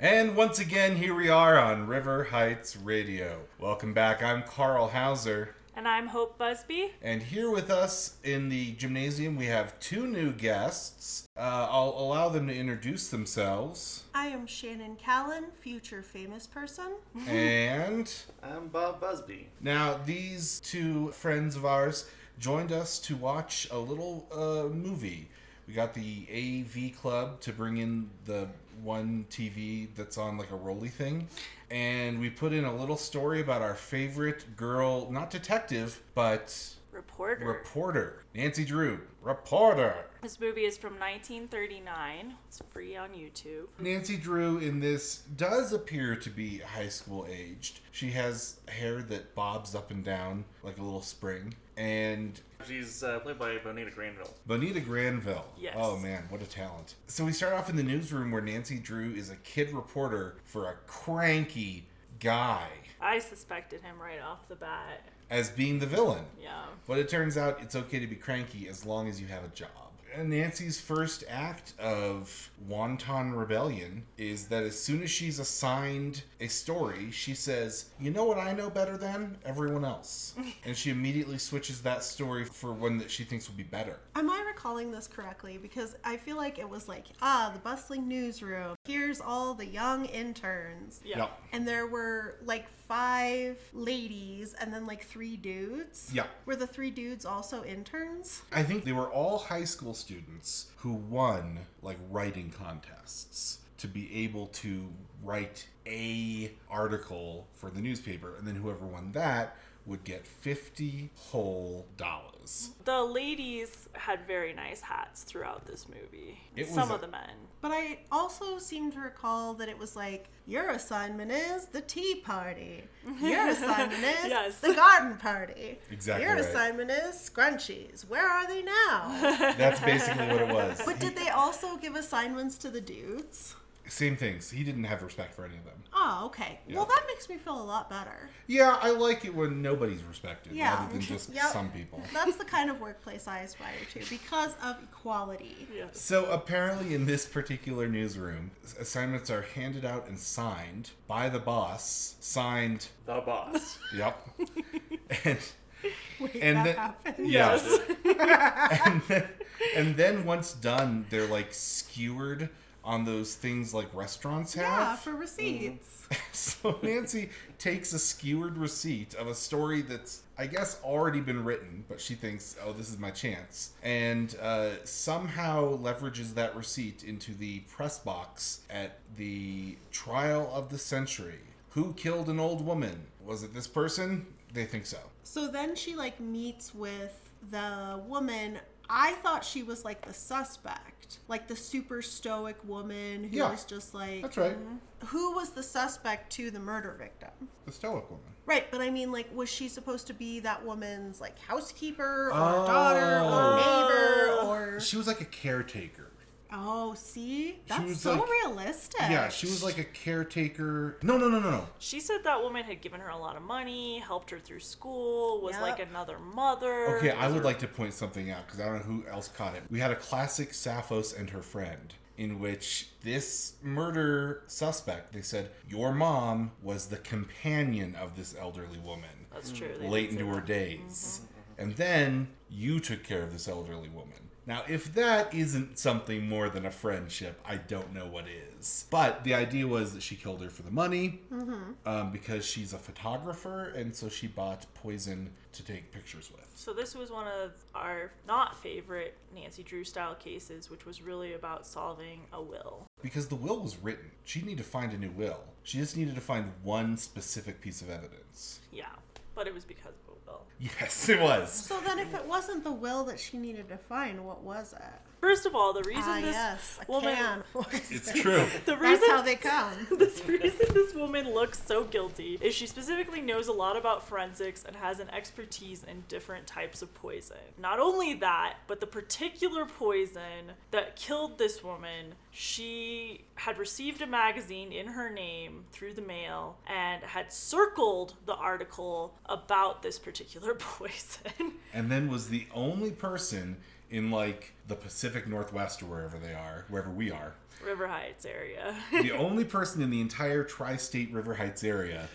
And once again, here we are on River Heights Radio. Welcome back. I'm Carl Hauser. And I'm Hope Busby. And here with us in the gymnasium, we have two new guests. Uh, I'll allow them to introduce themselves. I am Shannon Callan, future famous person. and I'm Bob Busby. now, these two friends of ours joined us to watch a little uh, movie. We got the AV Club to bring in the one TV that's on like a rolly thing. And we put in a little story about our favorite girl, not detective, but Reporter. reporter. Nancy Drew, reporter. this movie is from 1939. It's free on YouTube. Nancy Drew in this does appear to be high school aged. She has hair that bobs up and down like a little spring. And She's uh, played by Bonita Granville. Bonita Granville. Yes. Oh man, what a talent. So we start off in the newsroom where Nancy Drew is a kid reporter for a cranky guy I suspected him right off the bat. as being the villain. Yeah. But it turns out it's okay to be cranky as long as you have a job. And Nancy's first act of wanton rebellion is that as soon as she's assigned a story, she says, You know what I know better than? Everyone else. and she immediately switches that story for one that she thinks will be better. Am I recalling this correctly? Because I feel like it was like, ah, the bustling newsroom. Here's all the young interns. Yeah. Yeah. And there were like five ladies and then like three dudes. Yeah. Were the three dudes also interns? I think they were all high school students who won like writing contests to be able to write a article for the newspaper and then whoever won that would get 50 whole dollars. The ladies had very nice hats throughout this movie. It was Some a- of the men. But I also seem to recall that it was like, your assignment is the tea party. Your assignment is Yes. the garden party. Exactly Your right. assignment is scrunchies. Where are they now? That's basically what it was. but did they also give assignments to the dudes? Same things. He didn't have respect for any of them. Oh, okay. Well, Yeah. that makes me feel a lot better. Yeah, I like it when nobody's respected Yeah. rather than just Yep. some people. That's the kind of workplace I aspire to because of equality. Yes. So apparently, in this particular newsroom, assignments are handed out and signed by the boss, signed The boss. Yep. and Wait, and that then, happened. yeah. Yes. and, then, and then once done, they're like skewered on those things like restaurants have. Yeah, for receipts. Mm-hmm. so Nancy takes a skewered receipt of a story that's, I guess, already been written, but she thinks, oh, this is my chance, and uh, somehow leverages that receipt into the press box at the trial of the century. Who killed an old woman? Was it this person? They think so. So then she like meets with the woman. I thought she was like the suspect, like the super stoic woman who Yeah. was just like That's right. who was the suspect to the murder victim. The Stoic woman. Right, but I mean, like, was she supposed to be that woman's like housekeeper or Oh. daughter or neighbor or? She was like a caretaker. Oh, see, that's was so like- realistic. Yeah, she was like a caretaker. No, no, no, no, no. She said that woman had given her a lot of money, helped her through school, was Yep. like another mother. Okay, I would like to point something out because I don't know who else caught it. We had a classic Sappho's and her friend in which this murder suspect, they said, your mom was the companion of this elderly woman That's true. they did late say into her that. days. And then you took care of this elderly woman. Now, if that isn't something more than a friendship, I don't know what is. But the idea was that she killed her for the money Mm-hmm. um, because she's a photographer, and so she bought poison to take pictures with. So this was one of our not favorite Nancy Drew style cases, which was really about solving a will. Because the will was written. She needed to find a new will. She just needed to find one specific piece of evidence. Yeah, but it was because of a will. Yes, it was. So then, if it wasn't the will that she needed to find, what was it? First of all, the reason Ah, this yes, a woman can. was It's it? true. the That's reason how they come. this reason this woman looks so guilty is she specifically knows a lot about forensics and has an expertise in different types of poison. Not only that, but the particular poison that killed this woman, she had received a magazine in her name through the mail and had circled the article about this particular poison. and then was the only person in like the Pacific Northwest or wherever they are, wherever we are. River Heights area. The only person in the entire tri state River Heights area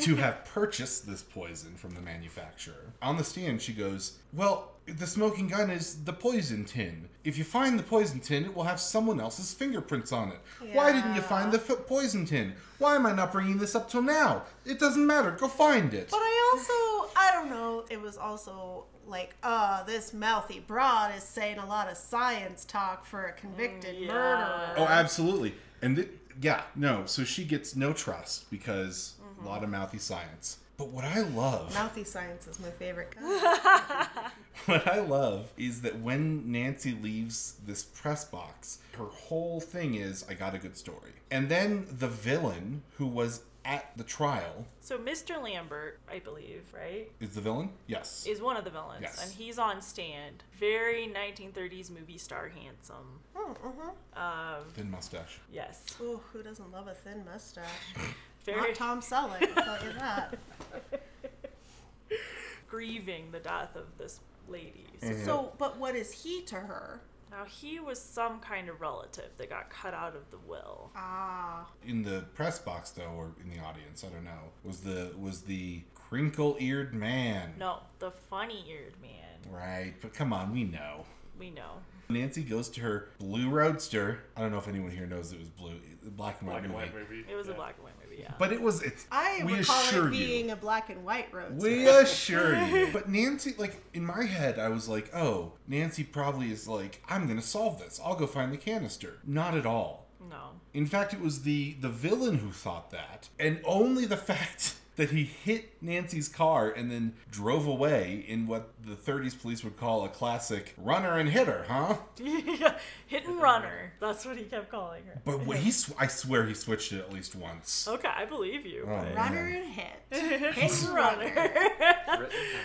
to have purchased this poison from the manufacturer. On the stand, she goes, Well, the smoking gun is the poison tin. If you find the poison tin, it will have someone else's fingerprints on it. Why didn't you Yeah. find the f- poison tin? Why am I not bringing this up till now? It doesn't matter. Go find it. But I also, I don't know, it was also like, uh, this mouthy broad is saying a lot of science talk for a convicted yeah. murderer. Um, Oh, absolutely. And th- yeah, no. So she gets no trust because Mm-hmm. a lot of mouthy science. But what I love, Mouthy science is my favorite kind. what I love is that when Nancy leaves this press box, her whole thing is I got a good story. And then the villain who was at the trial so Mr. Lambert, I believe, right, is the villain. Yes. is one of the villains, Yes. and he's on stand. Very 1930s movie star handsome. Hmm, mm-hmm. Um, Thin mustache. yes, Ooh, who doesn't love a thin mustache? very Not Tom Selleck, I'll tell you that. grieving the death of this lady. So Eh. So, but what is he to her? now he was some kind of relative that got cut out of the will. Ah, In the press box though, or in the audience, I don't know, was the was the crinkle-eared man. No, the funny-eared man. Right, but come on, we know. We know. Nancy goes to her blue roadster. I don't know if anyone here knows it was blue, black and white Black and movie. white movie. It was yeah. a black and white movie. Yeah. But it was it's. I we recall assure it you. being a black and white road. We assure you. But Nancy, like in my head, I was like, oh, Nancy probably is like, I'm gonna solve this. I'll go find the canister. Not at all. no. In fact, it was the the villain who thought that, and only the fact that he hit Nancy's car and then drove away in what the 30s police would call a classic runner and hitter, huh? Hit and runner. That's what he kept calling her. But when he, sw- I swear, he switched it at least once. Okay, I believe you. Oh, but- Runner and hit. Hit and runner.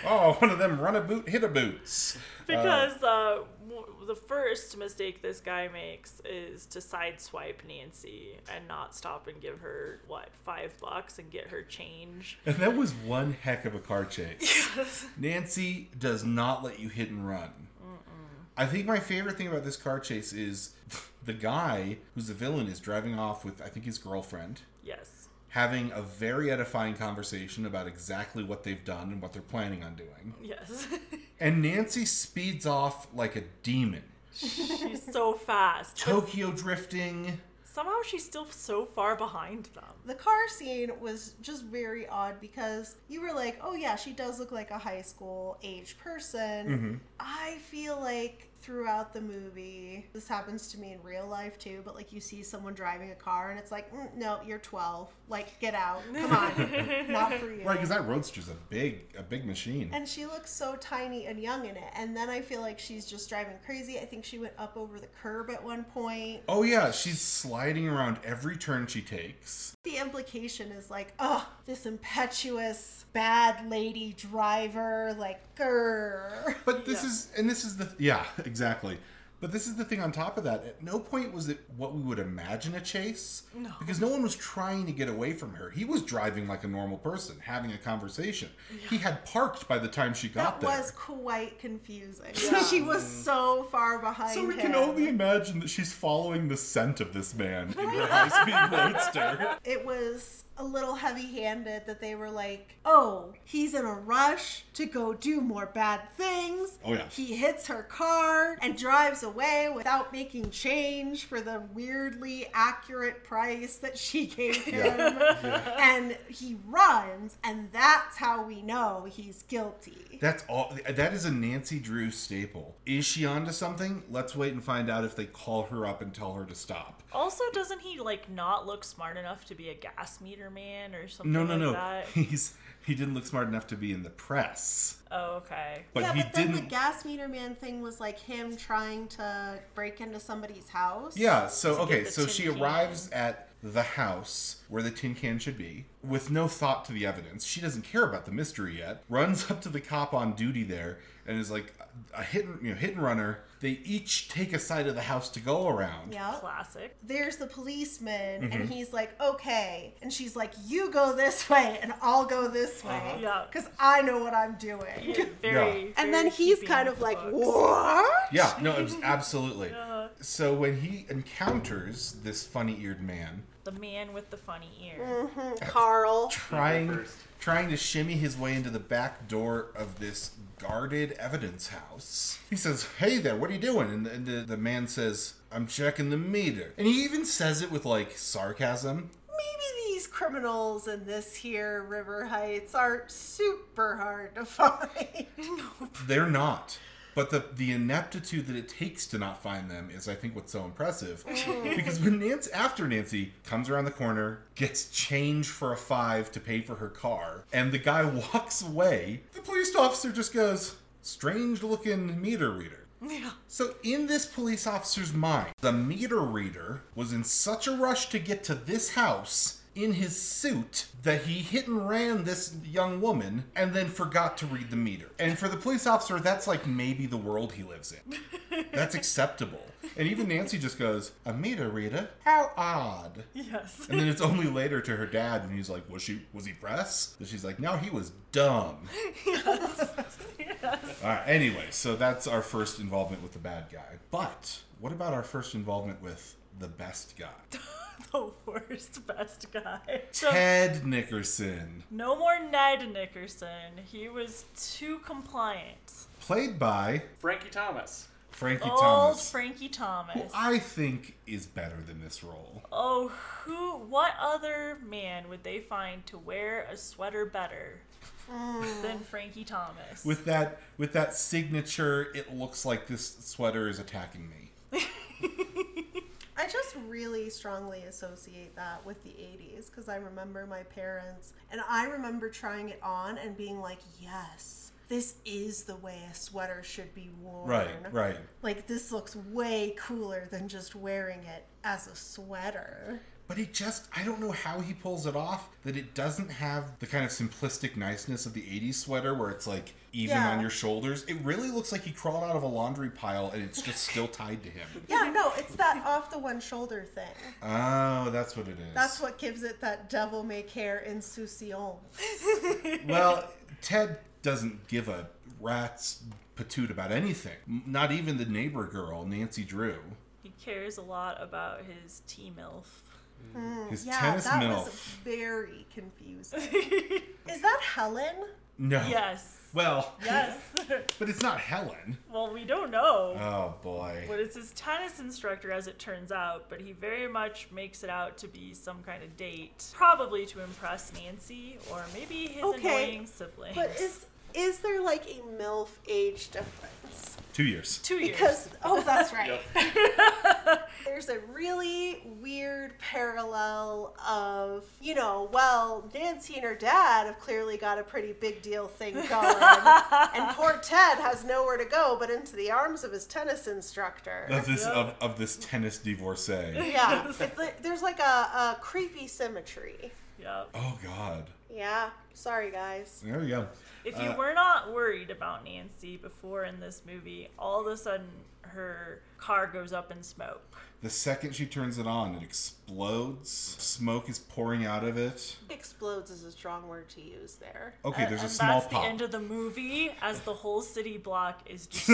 Oh, one of them run a boot, hit a boots. because uh, w- the first mistake this guy makes is to sideswipe Nancy and not stop and give her, what, five bucks and get her change. And that was one heck of a car chase. Nancy does not let you hit and run. I think my favorite thing about this car chase is the guy who's the villain is driving off with, I think, his girlfriend, Yes. having a very edifying conversation about exactly what they've done and what they're planning on doing. Yes. And Nancy speeds off like a demon, She's so fast. But Tokyo drifting. somehow she's still so far behind them. The car scene was just very odd because you were like, oh yeah, she does look like a high school age person. I feel like throughout the movie, this happens to me in real life too, but like you see someone driving a car and it's like, mm, no, you're 12. Like, get out. Come on. Not for you. Right, because that roadster's a big, a big machine. and she looks so tiny and young in it. And then I feel like she's just driving crazy. I think she went up over the curb at one point. Oh yeah, she's sliding around every turn she takes. The implication is like, oh, this impetuous bad lady driver, like, grr. But this Yeah. is and this is the yeah, exactly. But this is the thing on top of that. At no point was it what we would imagine a chase. No. Because no one was trying to get away from her. He was driving like a normal person, having a conversation. He had parked by the time she got That there. was quite confusing. she was so far behind. so we him. can only imagine that she's following the scent of this man in her high-speed roadster. It was a little heavy handed that they were like, oh, he's in a rush to go do more bad things. Oh, yeah. He hits her car and drives away without making change for the weirdly accurate price that she gave him. And he runs, and that's how we know he's guilty. That's all. That is a Nancy Drew staple. Is she onto something? Let's wait and find out if they call her up and tell her to stop. Also, doesn't he like not look smart enough to be a gas meter man or something? No, no, like no. That? He's he didn't look smart enough to be in the press, Oh, okay. but yeah, he but then didn't. the gas meter man thing was like him trying to break into somebody's house. yeah. So To get okay. the So tin she can. arrives at the house where the tin can should be with no thought to the evidence. She doesn't care about the mystery yet. Runs up to the cop on duty there and is like a hit and you know hit and runner. They each take a side of the house to go around. Yeah. Classic. There's the policeman, and Mm-hmm. he's like, okay. And she's like, you go this way, and I'll go this Uh-huh. way. Yeah. Because I know what I'm doing. Yeah, Very. very And then he's keeping kind with of the like, books. what? Yeah, no, it was absolutely. Yeah. So when he encounters this funny-eared man The man with the funny ear. Mm. Carl. trying first. trying to shimmy his way into the back door of this guarded evidence house, he says, "Hey there, what are you doing?" And, and the, the man says, "I'm checking the meter," and he even says it with like sarcasm. Maybe these criminals in this here River Heights are super hard to find. They're not. But the, the ineptitude that it takes to not find them is, I think, what's so impressive. because when Nancy, after Nancy comes around the corner, gets change for a five to pay for her car, and the guy walks away, the police officer just goes, strange looking meter reader. Yeah. So, in this police officer's mind, the meter reader was in such a rush to get to this house in his suit that he hit and ran this young woman and then forgot to read the meter. And for the police officer, that's like maybe the world he lives in. That's acceptable. And even Nancy just goes, A meter reader? How odd. Yes. And then it's only later to her dad, and he's like, "Was she? Was he press?" And she's like, "No, he was dumb." All right. Anyway, so that's our first involvement with the bad guy. But what about our first involvement with the best guy, the worst best guy. So Ted Nickerson, no more Ned Nickerson. He was too compliant. played by Frankie Thomas. Frankie Old Thomas, Frankie who Thomas. I think is better than this role. oh, who? What other man would they find to wear a sweater better Mm. than Frankie Thomas? With that, with that signature, it looks like this sweater is attacking me. I just really strongly associate that with the 80s because I remember my parents and I remember trying it on and being like, yes, this is the way a sweater should be worn. Right. Right. Like, this looks way cooler than just wearing it as a sweater. But he just, I don't know how he pulls it off that it doesn't have the kind of simplistic niceness of the 80s sweater where it's like even Yeah. on your shoulders. It really looks like he crawled out of a laundry pile and it's just still tied to him. Yeah, no, it's that off the one shoulder thing. Oh, that's what it is. That's what gives it that devil may care insouciance. Well, Ted doesn't give a rat's patoot about anything. M- Not even the neighbor girl, Nancy Drew. he cares a lot about his T milf. His Mm, Yeah, tennis that milf. was very confusing. Is that Helen? No. yes. Well, Yes. but it's not Helen. well, we don't know. Oh boy. But it's his tennis instructor, as it turns out, but he very much makes it out to be some kind of date, probably to impress Nancy or maybe his Okay, annoying siblings. But is is there like a MILF age difference? Two years. two years? Because oh that's right. Yep. There's a really weird parallel of, you know, well, Nancy and her dad have clearly got a pretty big deal thing going. and poor Ted has nowhere to go but into the arms of his tennis instructor. Of this Yep. of, of this tennis divorcee. yeah. It's like, there's like a, a creepy symmetry. Yep. Oh God. Yeah. Sorry guys. There we go. If you Uh, were not worried about Nancy before in this movie, all of a sudden her car goes up in smoke. The second she turns it on, it explodes. Smoke is pouring out of it. Explodes is a strong word to use there. Okay, there's a and small that's pop. the end of the movie as the whole city block is just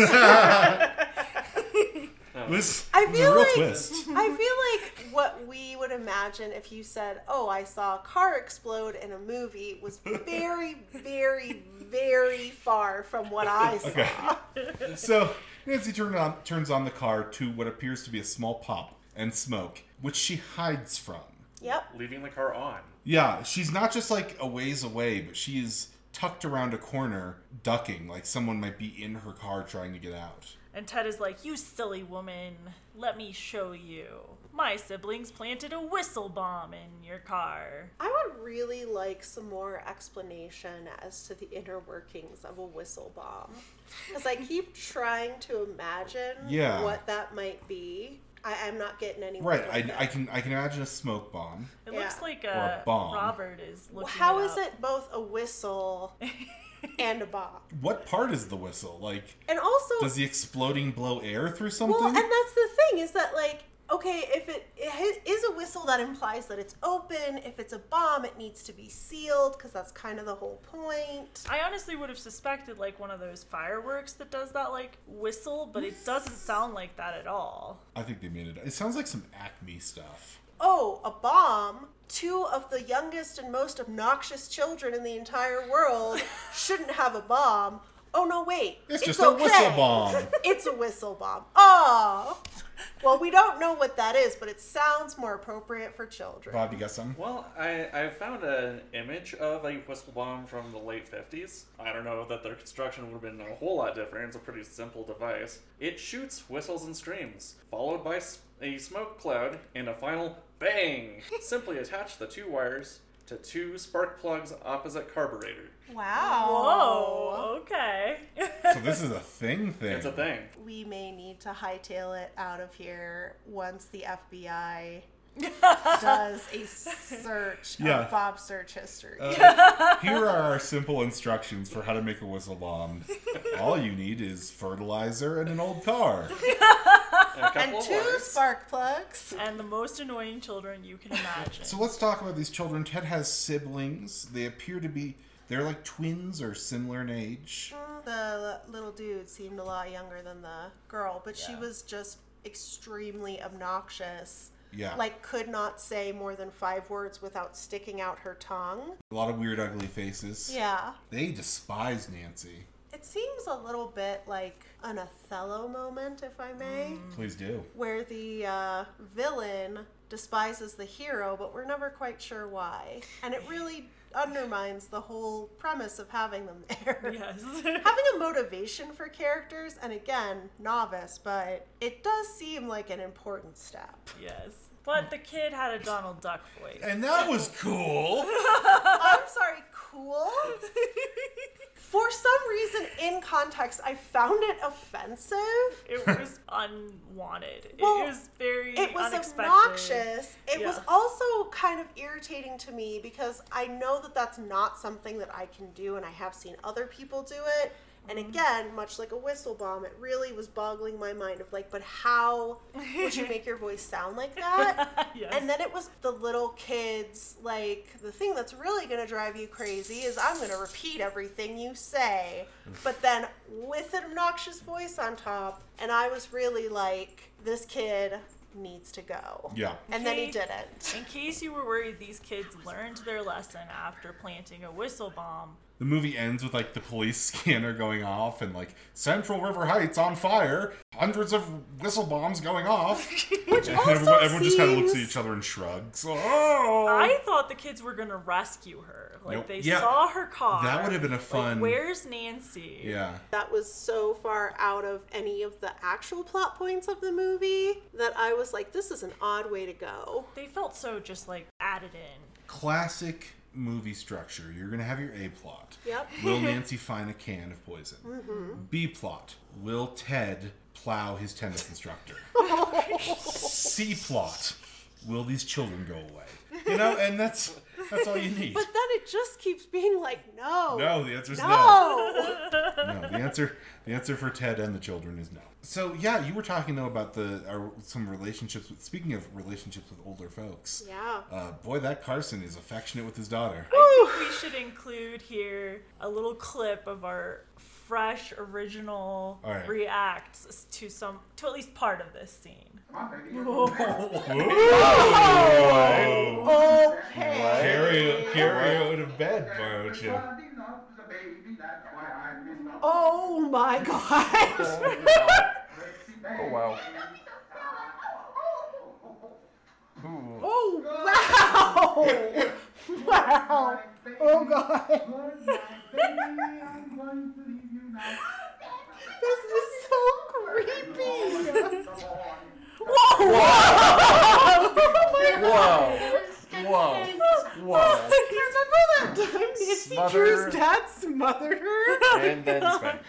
It was, I it was a feel real like- twist. I feel like what we would imagine if you said, "Oh, I saw a car explode in a movie," was very, very, very far from what I saw. Okay. So Nancy turn on, turns on the car to what appears to be a small pop and smoke, which she hides from. Yep. Leaving the car on. Yeah, she's not just like a ways away, but she is tucked around a corner, ducking, like someone might be in her car trying to get out. And Ted is like, You silly woman, let me show you. My siblings planted a whistle bomb in your car. I would really like some more explanation as to the inner workings of a whistle bomb, because I keep trying to imagine Yeah. what that might be. I, I'm not getting anywhere. Right. with I, I can I can imagine a smoke bomb. It Yeah. looks like a uh, bomb. Robert is looking. How it is up. it both a whistle and a bomb? What part is the whistle? Like, And also, does the exploding blow air through something? well, and that's the thing is that like. Okay, if it, it is a whistle, that implies that it's open. If it's a bomb, it needs to be sealed because that's kind of the whole point. I honestly would have suspected like one of those fireworks that does that like whistle, but it doesn't sound like that at all. I think they made it. It sounds like some Acme stuff. Oh, a bomb! Two of the youngest and most obnoxious children in the entire world shouldn't have a bomb. Oh no, wait. It's, just a whistle bomb. It's a whistle bomb. Oh. Well, we don't know what that is, but it sounds more appropriate for children. Bob, you got some? Well, I, I found an image of a whistle bomb from the late 50s. I don't know that their construction would have been a whole lot different. It's a pretty simple device. It shoots whistles and screams, followed by s- a smoke cloud and a final bang. Simply attach the two wires to two spark plugs opposite carburetor. Wow. Whoa. Okay. So this is a thing thing. It's a thing. We may need to hightail it out of here once the FBI does a search Yeah. Uh, of Bob's search history. Here are our simple instructions for how to make a whistle bomb. All you need is fertilizer and an old car. And a couple and of two wires. spark plugs. and the most annoying children you can imagine. So let's talk about these children. Ted has siblings. They appear to be they're like twins or similar in age. The little dude seemed a lot younger than the girl, but she was just extremely obnoxious. Yeah. Like, could not say more than five words without sticking out her tongue. A lot of weird ugly faces. Yeah. They despise Nancy. It seems a little bit like an Othello moment, if I may, Please do. where the uh, villain despises the hero, but we're never quite sure why. And it really undermines the whole premise of having them there. yes. having a motivation for characters and again novice but it does seem like an important step yes. But the kid had a Donald Duck voice. And that was cool. i'm sorry cool for some reason in context i found it offensive It was unwanted. It Well, was very it was unexpected. obnoxious it was Yeah. also kind of irritating to me because i know that that's not something that i can do and i have seen other people do it and Mm-hmm. again, much like a whistle bomb, it really was boggling my mind of like, but how would you make your voice sound like that? yes. And then it was the little kids, like, the thing that's really going to drive you crazy is I'm going to repeat everything you say, but then with an obnoxious voice on top. And I was really like, this kid needs to go. Yeah. And then he Okay. didn't. In case you were worried, these kids learned their lesson after planting a whistle bomb. The movie ends with like the police scanner going off and like Central River Heights on fire, hundreds of whistle bombs going off. Which And also everyone, everyone just kind of looks at seems- each other and shrugs. Oh, I thought the kids were gonna rescue her. Like Nope. they Yeah. saw her car. That would have been a Like, fun- Where's Nancy? yeah. That was so far out of any of the actual plot points of the movie that I was like, this is an odd way to go. They felt so just like added in. Classic movie structure. You're gonna have your A plot. Yep. Mm-hmm. Will Nancy find a can of poison? B plot. Will Ted plow his tennis instructor? C plot. Will these children go away? You know, and that's that's all you need. But then it just keeps being like, no. No, the answer's No. no, the answer the answer for Ted and the children is no. So yeah, you were talking though about the our, some relationships. With, speaking of relationships with older folks, yeah. uh, boy, that Carson is affectionate with his daughter. I think we should include here a little clip of our fresh original All right. reacts to some to at least part of this scene. Okay. Carry carry her to bed, why don't you? Oh my gosh. Oh wow. Oh wow. Wow. Oh god. This is so creepy. Whoa! Oh Whoa. Whoa. Whoa. my god. Remember that time Nancy Smother- Drew's dad smothered her? And then spank.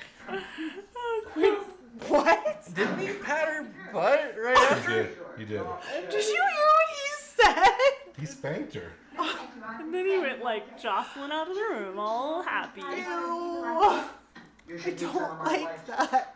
What? Didn't he pat her What? Right You after? did. You did. Did you hear what he said? He spanked her. And then he went like jostling out of the room, all happy. Ew. I don't like that.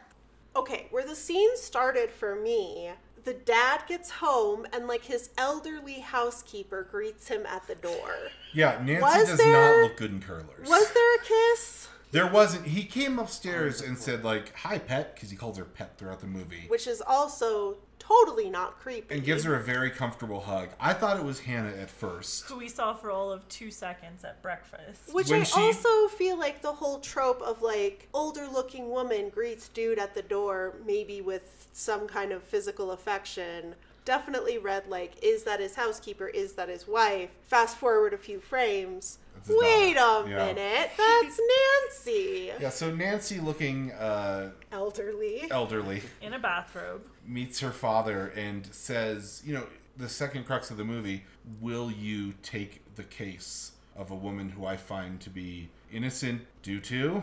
Okay, where the scene started for me, the dad gets home and like his elderly housekeeper greets him at the door. Yeah, Nancy Was does there- not look good in curlers. Was there a kiss? There wasn't. He came upstairs and said like, "Hi, pet," because he calls her pet throughout the movie, Which is also totally not creepy. and gives her a very comfortable hug. I thought it was Hannah at first. Who we saw for all of two seconds at breakfast. Which when I she- also feel like the whole trope of like older looking woman greets dude at the door, maybe with some kind of physical affection. Definitely read like, is that his housekeeper? Is that his wife? Fast forward a few frames. That's his Wait daughter. a Yeah. minute, that's Nancy. Yeah, so Nancy, looking uh, Elderly. elderly, In a bathrobe. meets her father and says, "You know, the second crux of the movie: Will you take the case of a woman who I find to be innocent due to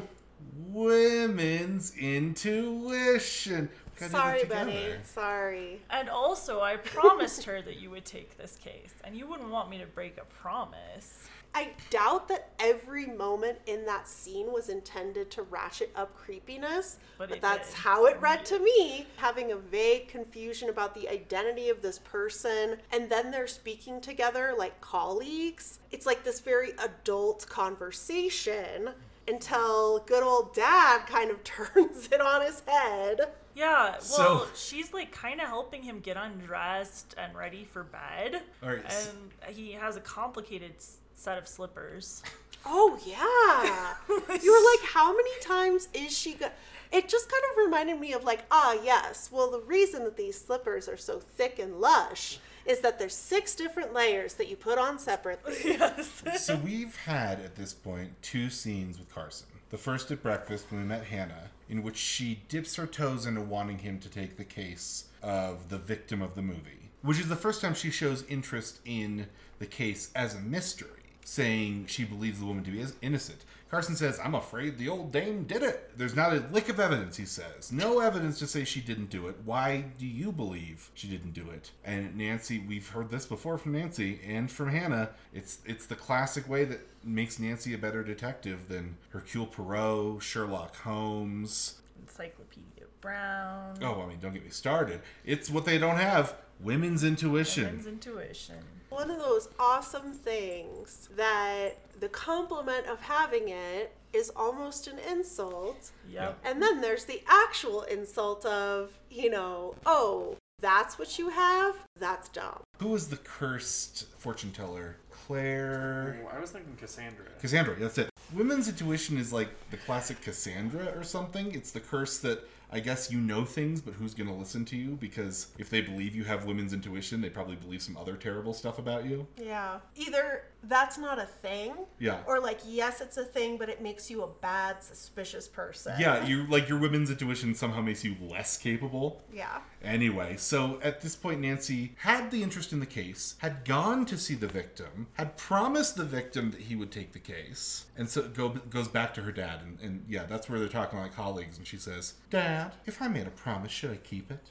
women's intuition?" We gotta do that Sorry, together. buddy. Sorry. And also, I promised her that you would take this case, and you wouldn't want me to break a promise. I doubt that every moment in that scene was intended to ratchet up creepiness, But but, it that's did. how it read to me. Having a vague confusion about the identity of this person, and then they're speaking together like colleagues. It's like this very adult conversation until good old dad kind of turns it on his head. Yeah, well, So- she's like kind of helping him get undressed and ready for bed. All right, Um, s- And he has a complicated s- set of slippers. Oh yeah. you were like, how many times is she go it just kind of reminded me of like, ah yes, well the reason that these slippers are so thick and lush is that there's six different layers that you put on separately. yes. so we've had at this point two scenes with Carson. The first at breakfast when we met Hannah, in which she dips her toes into wanting him to take the case of the victim of the movie, which is the first time she shows interest in the case as a mystery, saying she believes the woman to be is- innocent. Carson says, I'm afraid the old dame did it. There's not a lick of evidence, he says. No evidence to say she didn't do it. Why do you believe she didn't do it? And Nancy, we've heard this before from Nancy and from Hannah. It's it's the classic way that makes Nancy a better detective than Hercule Poirot, Sherlock Holmes. Encyclopedia Brown. Oh, I mean, don't get me started. It's what they don't have. Women's intuition. Women's intuition. One of those awesome things that the compliment of having it is almost an insult. Yep. And then there's the actual insult of, you know, oh, that's what you have? That's dumb. Who is the cursed fortune teller? Claire. Ooh, I was thinking Cassandra. Cassandra, that's it. Women's intuition is like the classic Cassandra or something. It's the curse that I guess you know things, but who's going to listen to you? Because if they believe you have women's intuition, they probably believe some other terrible stuff about you. Yeah. Either that's not a thing. Yeah. Or like, yes, it's a thing, but it makes you a bad, suspicious person. Yeah, you like your women's intuition somehow makes you less capable. Yeah. Anyway, so at this point, Nancy had the interest in the case, had gone to see the victim, had promised the victim that he would take the case, and so go, goes back to her dad. And, and yeah, that's where they're talking like colleagues. And she says, Dad, if I made a promise, should I keep it?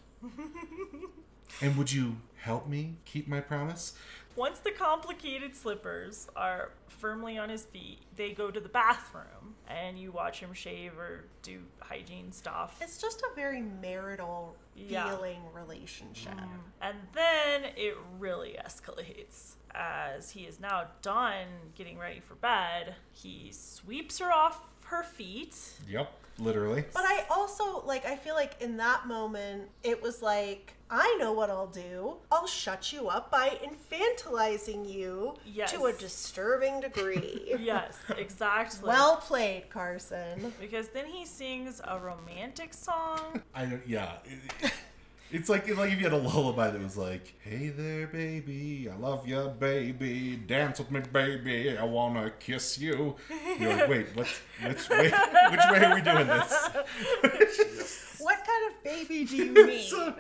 and would you help me keep my promise? Once the complicated slippers are firmly on his feet, they go to the bathroom and you watch him shave or do hygiene stuff. It's just a very marital Yeah. feeling relationship. Mm. And then it really escalates. As he is now done getting ready for bed, he sweeps her off her feet. Yep, literally. But I also, like, I feel like in that moment, it was like, I know what I'll do. I'll shut you up by infantilizing you Yes. to a disturbing degree. Yes, exactly. Well played, Carson. because then he sings a romantic song. I don't, yeah. It- It's like like if you had a lullaby that was like, "Hey there, baby, I love you, baby, dance with me, baby, I wanna kiss you." You're like, wait, what? Which way? Which way are we doing this? What kind of baby do you need? So-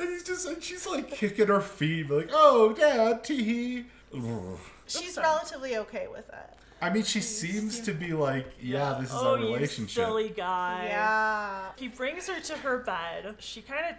and he's just and she's like kicking her feet, like, "Oh, dad, tee." She's sorry. relatively okay with it. I mean, she seems to be like, "Yeah, this is oh, our you relationship." silly guy. Yeah. He brings her to her bed. She kind of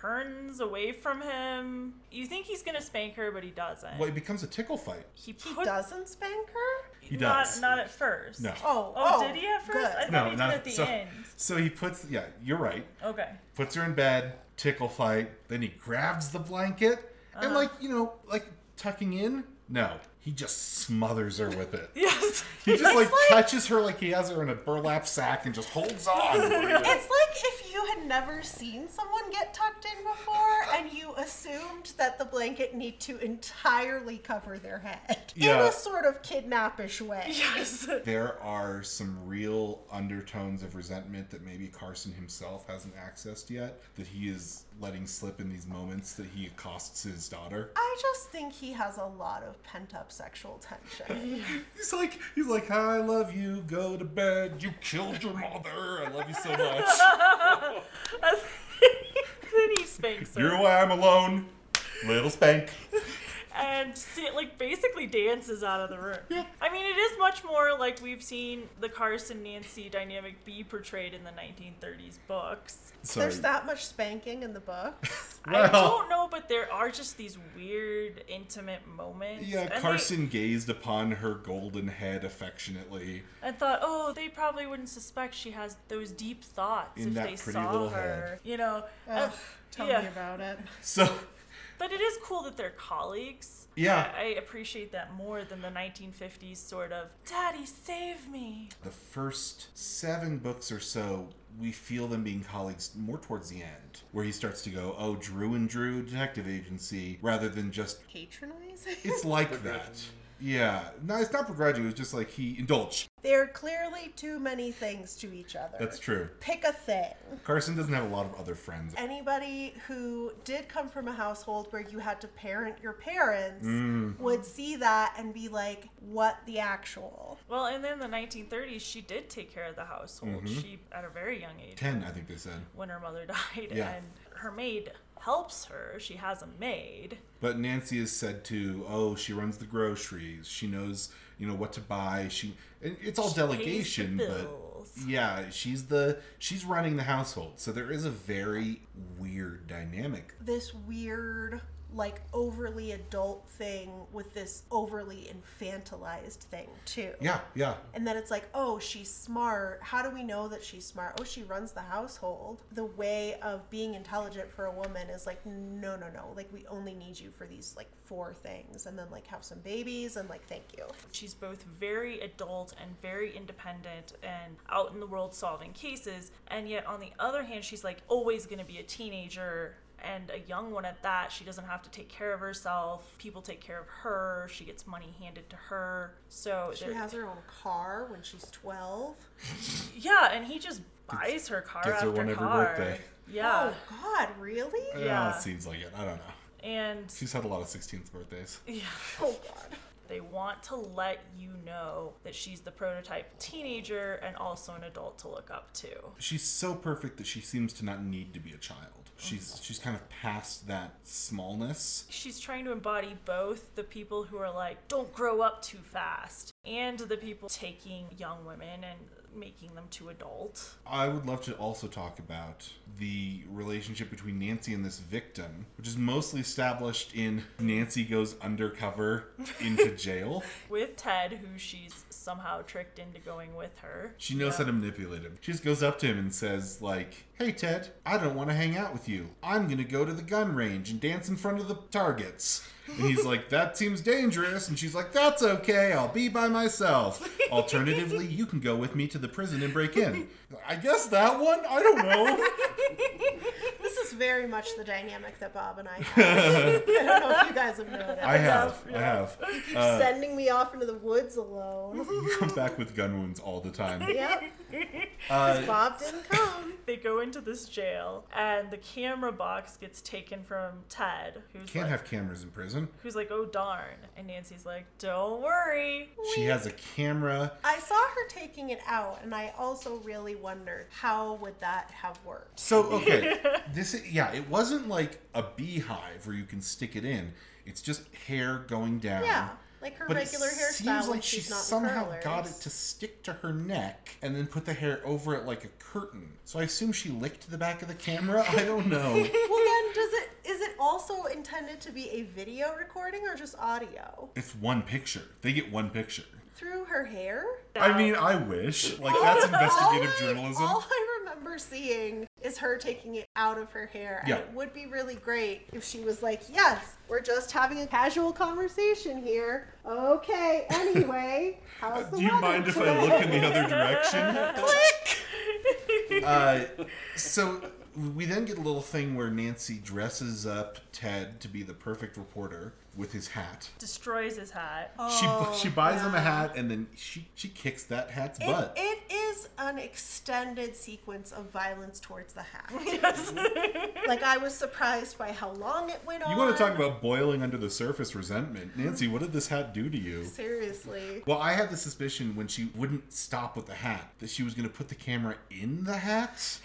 turns away from him. You think he's gonna spank her, but he doesn't. Well, it becomes a tickle fight. He, He put- doesn't spank her? He not, does. Not at first. No. Oh, Oh, did he at first? good. I thought No, he did not- at the so- end. So he puts, yeah, you're right. Okay. Puts her in bed, tickle fight. Then he grabs the blanket and, like, you know, like tucking in. No, he just smothers her with it. Yes. He just like touches her like he has her in a burlap sack and just holds on. It's like if you had never seen someone get tucked in before and you assumed that the blanket need to entirely cover their head in Yeah. a sort of kidnappish way. yes. there are some real undertones of resentment that maybe Carson himself hasn't accessed yet, that he is letting slip in these moments that he accosts his daughter. I just think he has a lot of pent up sexual tension. He's like, he's like, I love you, go to bed, you killed your mother, I love you so much. then he spanks her. You're why I'm alone. Little spank. and see, like basically dances out of the room. I mean, it is much more like we've seen the Carson Nancy dynamic be portrayed in the 1930s books. Sorry. There's that much spanking in the books. I Well- don't know, but there are just these weird, intimate moments. Yeah, and they- Carson gazed upon her golden head affectionately. I thought, oh, they probably wouldn't suspect she has those deep thoughts In if that they pretty saw little her. head. You know, Uh, Ugh, tell yeah. me about it. So But it is cool that they're colleagues. Yeah. I, I appreciate that more than the 1950s sort of "Daddy, save me." the first seven books or so, we feel them being colleagues more towards the end, where he starts to go, "Oh, Drew and Drew Detective Agency," rather than just Patronizing? it's like Begrudging. that. Yeah, no, it's not begrudging. It was just like he indulged. They're clearly too many things to each other. That's true. Pick a thing. Carson doesn't have a lot of other friends. anybody who did come from a household where you had to parent your parents would see that and be like, what the actual? Well, and then the 1930s, she did take care of the household. She, at a very young age, Mm-hmm. Ten, I think they said. when her mother died, Yeah. and her maid helps her. She has a maid. But Nancy is said to, "Oh, she runs the groceries. She knows, you know, what to buy. She and it's all delegation, pays the but bills. yeah, she's the she's running the household. So there is a very weird dynamic. This weird, like, overly adult thing with this overly infantilized thing, too. Yeah, yeah. And then it's like, oh, she's smart. How do we know that she's smart? Oh, she runs the household. The way of being intelligent for a woman is like, no, no, no. Like, we only need you for these, like, four things. And then, like, have some babies and, like, thank you. She's both very adult and very independent and out in the world solving cases. And yet, on the other hand, she's like always going to be a teenager and a young one at that. She doesn't have to take care of herself. People take care of her. She gets money handed to her. So, She there- has her own car when she's 12. yeah, and he just buys her car gets her after one every car. birthday. Yeah. Oh, God, really? Yeah. Uh, it seems like it. I don't know. And She's had a lot of 16th birthdays. Oh, God. They want to let you know that she's the prototype teenager and also an adult to look up to. She's so perfect that she seems to not need to be a child. Oh She's she's kind of past that smallness. She's trying to embody both the people who are like, don't grow up too fast, and the people taking young women and making them too adult. I would love to also talk about the relationship between Nancy and this victim, which is mostly established in Nancy goes undercover into jail. With Ted, who she's somehow tricked into going with her. She knows how to manipulate him. She just goes up to him and says, like, Hey Ted, I don't want to hang out with you. I'm gonna go to the gun range and dance in front of the targets. And he's like, That seems dangerous. And she's like, That's okay, I'll be by myself. Alternatively, you can go with me to the prison and break in. I guess that one? I don't know. This is very much the dynamic that Bob and I have. I don't know if you guys have noticed. I uh, have. I have. Sending me off into the woods alone. You come back with gun wounds all the time. yep. Uh, Bob didn't come. They go into this jail, and the camera box gets taken from Ted, who's can't like, have cameras in prison. who's like, oh darn. And Nancy's like, don't worry, She has a camera. I saw her taking it out, and I also really wondered how would that have worked. So okay, this is, yeah, it wasn't like a beehive where you can stick it in. It's just hair going down. Yeah. Like her Um, But regular it hairstyle. seems when like she she's not in somehow curlers. got it to stick to her neck and then put the hair over it like a curtain. So I assume she licked the back of the camera. I don't know. well then does it is it also intended to be a video recording or just audio It's one picture. They get one picture. through her hair I mean, I wish. Like that's investigative all I, journalism. all i remember seeing is her taking it out of her hair and Yeah. it would be really great if she was like yes we're just having a casual conversation here okay anyway how's Uh, the Do you weather mind if I today?" look in the other direction? uh, so we then get a little thing where Nancy dresses up Ted to be the perfect reporter with his hat. Destroys his hat. She Oh, she buys him a yeah. hat and then she she kicks that hat's It- butt. it is an extended sequence of violence towards the hat. Yes. like I was surprised by how long it went on. you want to talk about boiling under the surface resentment, Nancy? What did this hat do to you? seriously? Well, I had the suspicion when she wouldn't stop with the hat that she was going to put the camera in the hat.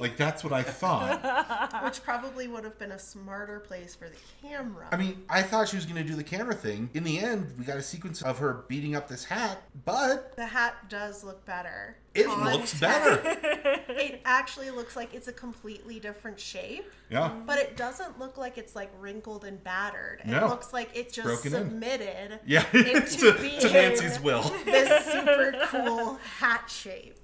like that's what I thought. Which probably would have been a smarter place for the camera. I mean, I thought she was going to do the camera thing. In the end, we got a sequence of her beating up this hat, but the hat does look better. it on looks Ted. better. It actually looks like it's a completely different shape, yeah. but it doesn't look like it's like wrinkled and battered. It No. looks like it just Broken in. submitted Yeah. Into to, being- to Nancy's will. this super cool hat shape.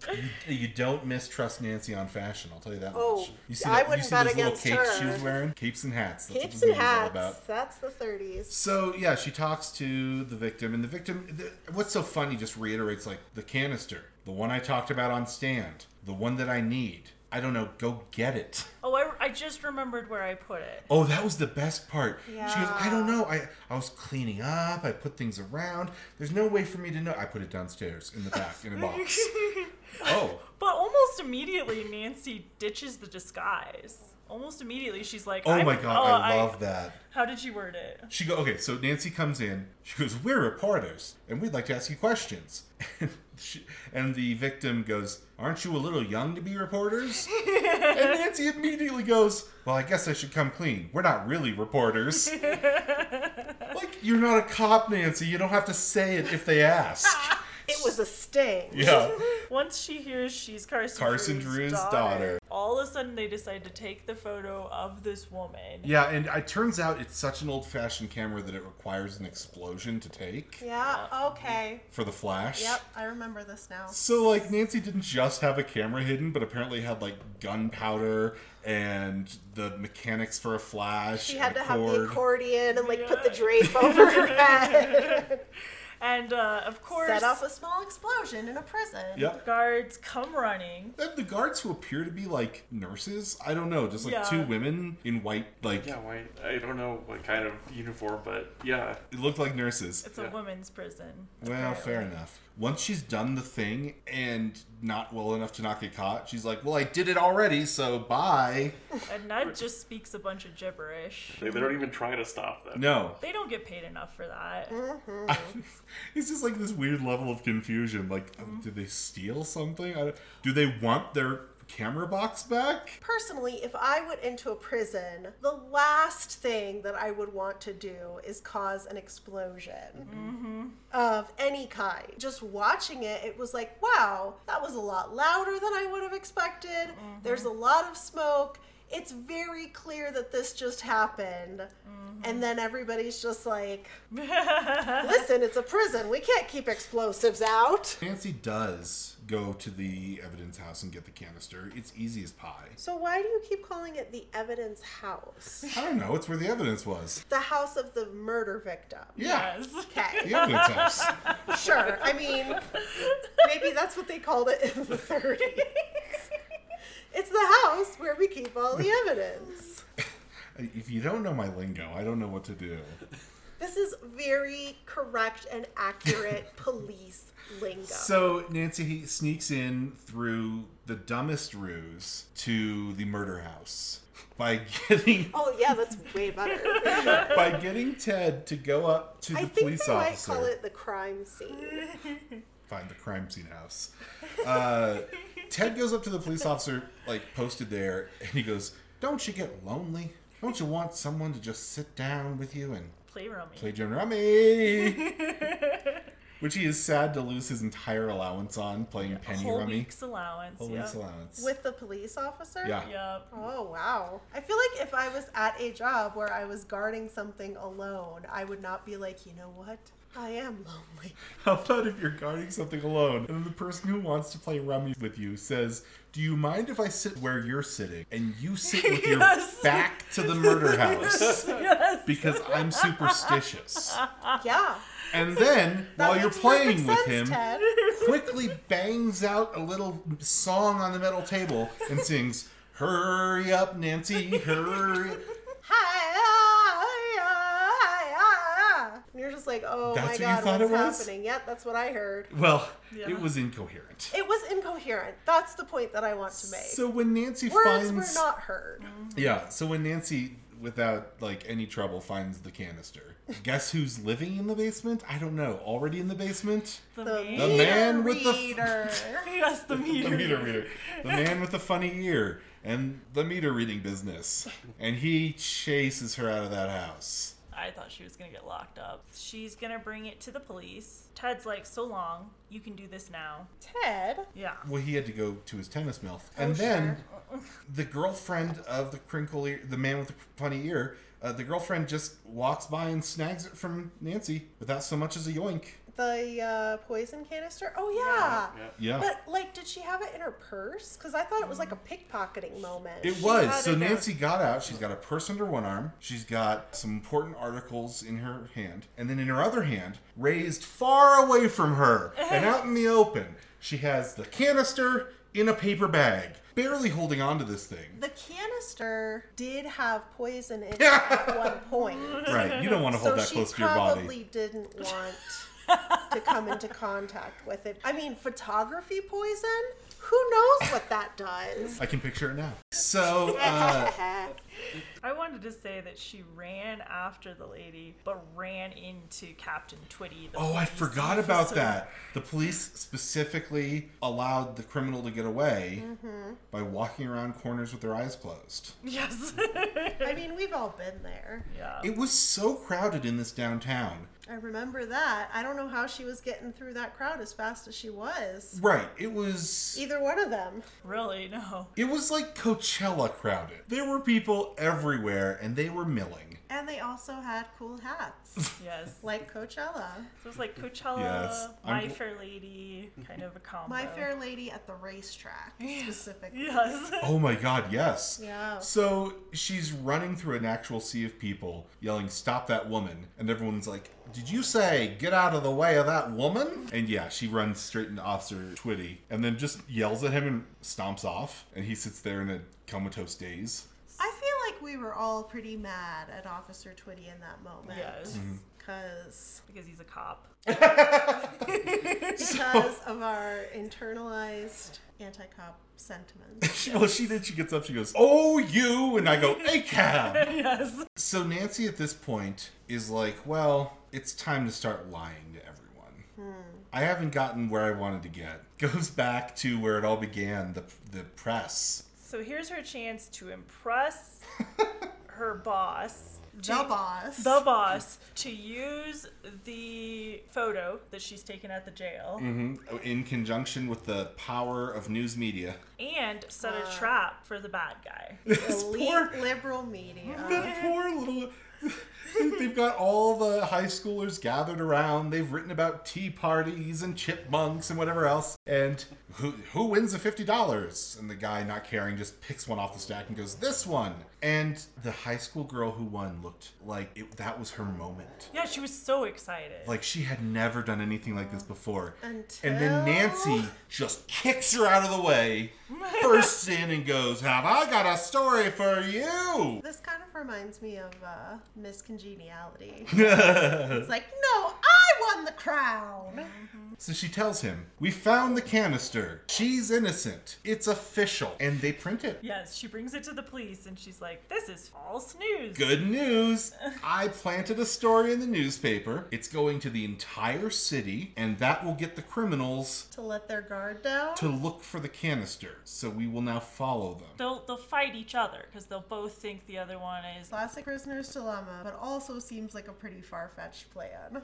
You don't mistrust Nancy on fashion, I'll tell you that Oh, much. You see I that, you wouldn't see bet those little against capes her. she was wearing? Capes and hats. That's Capes what and this movie's all hats. about. That's the 30s. So yeah, she talks to the victim, and the victim. The, what's so funny? Just reiterates like the canister, the one I talked about on stand, the one that I need. I don't know. Go get it. Oh, I, I just remembered where I put it. Oh, that was the best part. She goes, I Yeah. don't know. I, I was cleaning up. I put things around. There's no way for me to know. I put it downstairs in the back in a box. oh, But almost immediately, Nancy ditches the disguise. Almost immediately, she's like, oh I'm- my god, oh, I love that. How did she word it? She go okay. So Nancy comes in. She goes, "We're reporters, and we'd like to ask you questions." And, she, and the victim goes, "Aren't you a little young to be reporters?" and Nancy immediately goes, "Well, I guess I should come clean. We're not really reporters. like you're not a cop, Nancy. You don't have to say it if they ask." It was a sting. Yeah. Once she hears she's Carson, Carson Drew's, Drew's daughter. daughter, all of a sudden they decide to take the photo of this woman. Yeah, and it turns out it's such an old-fashioned camera that it requires an explosion to take Yeah, okay. for the flash. Yep, I remember this now. So like Nancy didn't just have a camera hidden, but apparently had like gunpowder and the mechanics for a flash. She and had a to have the cord. accordion and like put the Yeah. drape over her head. And uh, of course, Set off a small explosion in a prison. Yep. guards come running. And the guards who appear to be like nurses, I don't know, just like Yeah. two women in white, like Yeah, why? I don't know what kind of uniform, but yeah. it looked like nurses. It's a Yeah. women's prison. Well, fair apparently. enough. Once she's done the thing and not well enough to not get caught, she's like, "Well, I did it already, so bye." And Ned just speaks a bunch of gibberish. They, they don't even try to stop them. No, They don't get paid enough for that. it's just like this weird level of confusion. Like, um, did they steal something? I don't, do they want their camera box back? Personally, if I went into a prison, the last thing that I would want to do is cause an explosion of any kind. Just watching it, it was like, wow, that was a lot louder than I would have expected. There's a lot of smoke. It's very clear that this just happened. And then everybody's just like, listen, it's a prison. We can't keep explosives out. Nancy does go to the evidence house and get the canister. It's easy as pie. So, why do you keep calling it the evidence house? I don't know. It's where the evidence was. The house of the murder victim. Yeah. Yes. Okay, The evidence house. sure. I mean, maybe that's what they called it in the 30s. It's the house where we keep all the evidence. If you don't know my lingo, I don't know what to do. This is very correct and accurate police lingo. So Nancy sneaks in through the dumbest ruse to the murder house by getting oh, yeah, that's way better. by getting Ted to go up to the I think police they might officer. call it the crime scene. find the crime scene house. Uh, Ted goes up to the police officer, like posted there, and he goes, "Don't you get lonely?" Don't you want someone to just sit down with you and Play rummy. play Jim Rummy? Which he is sad to lose his entire allowance on playing a penny whole rummy. week's allowance. Whole yeah. week's allowance. With the police officer? Yeah. Yep. Oh, wow. I feel like if I was at a job where I was guarding something alone, I would not be like, you know what? I am lonely. How about if you're guarding something alone and the person who wants to play rummy with you says, Do you mind if I sit where you're sitting? And you sit with Yes. your back to the murder house Yes. because I'm superstitious. Yeah. And then That while Oh, you're makes perfect playing with sense, him, Ted. quickly bangs out a little song on the metal table and sings, Hurry up, Nancy, hurry. Hi-ya, hi-ya, hi-ya. And you're just like, oh That's what you my god, thought it was? what's happening? Yep, that's what I heard. Well, Yeah. it was incoherent. It was incoherent. That's the point that I want to make. So when Nancy Words finds were not heard. Yeah, so when Nancy without like any trouble finds the canister, guess who's living in the basement? I don't know. Already in the basement? The, The man. The man with the f- reader. Yes, the meter. The meter reader. The man with the funny ear and the meter reading business. And he chases her out of that house. I thought she was gonna get locked up. She's gonna bring it to the police. Ted's like, so long. You can do this now. Ted. Yeah. Well, he had to go to his tennis mill. And then the girlfriend of the crinkle ear, the man with the funny ear, uh, the girlfriend just walks by and snags it from Nancy without so much as a yoink. The uh, poison canister? Oh, yeah. Yeah. Yeah. But, like, did she have it in her purse? Because I thought it was like a pickpocketing moment. It had was. So it in- Nancy got out. She's got a purse under one arm. She's got some important articles in her hand. And then in her other hand, raised far away from her and out in the open, she has the canister in a paper bag, barely holding on to this thing. the canister did have poison in it at one point. Right. You don't want to hold so that she close to your probably body. didn't want to come into contact with it. I mean, photography poison? Who knows what that does? I can picture it now. So, uh, I wanted to say that she ran after the lady, but ran into Captain Twitty. The oh, I police forgot about officer. that. The police specifically allowed the criminal to get away Mm-hmm. by walking around corners with their eyes closed. Yes. I mean, we've all been there. yeah. It was so crowded in this downtown. I remember that. I don't know how she was getting through that crowd as fast as she was. Right. It was Either one of them. Really? No. it was like Coachella crowded. There were people everywhere and they were milling. And they also had cool hats, Yes. like Coachella. So it's like Coachella, Yes. My I'm- Fair Lady, kind of a combo. My Fair Lady at the racetrack, specifically. Yes. Oh my god, yes. Yeah. So she's running through an actual sea of people yelling stop that woman and everyone's like, "Did you say get out of the way of that woman?" And yeah, she runs straight into Officer Twitty and then just yells at him and stomps off and he sits there in a comatose daze. I feel like we were all pretty mad at Officer Twitty in that moment. Yes. Because Because he's a cop. because of our internalized anti cop sentiments. She, well, she did. She gets up. She goes, "Oh, you!" And I go, "A cab." Yes. So Nancy at this point is like, well, it's time to start lying to everyone. I haven't gotten where I wanted to get. Goes back to where it all began, the the press. So here's her chance to impress her boss. The boss. the boss to use the photo that she's taken at the jail Mm-hmm. In conjunction with the power of news media. and set a trap for the bad guy. This elite poor, liberal media. that poor little. They've got all the high schoolers gathered around. They've written about tea parties and chipmunks and whatever else. And who, who wins the $50? And the guy, not caring, just picks one off the stack and goes, This one. And the high school girl who won looked like it, that was her moment. Yeah, she was so excited. Like she had never done anything like this before. Until- And then Nancy just kicks her out of the way, bursts in and goes, Have I got a story for you? This kind of reminds me of uh, Miss Congeniality. it's like, no, I on the crown. So she tells him, We found the canister. She's innocent. It's official. And they print it. Yes, she brings it to the police and she's like, this is false news. Good news! I planted a story in the newspaper. It's going to the entire city, and that will get the criminals To let their guard down. to look for the canister. So we will now follow them. They'll, they'll fight each other because they'll both think the other one is. Classic prisoner's dilemma, but also seems like a pretty far fetched plan.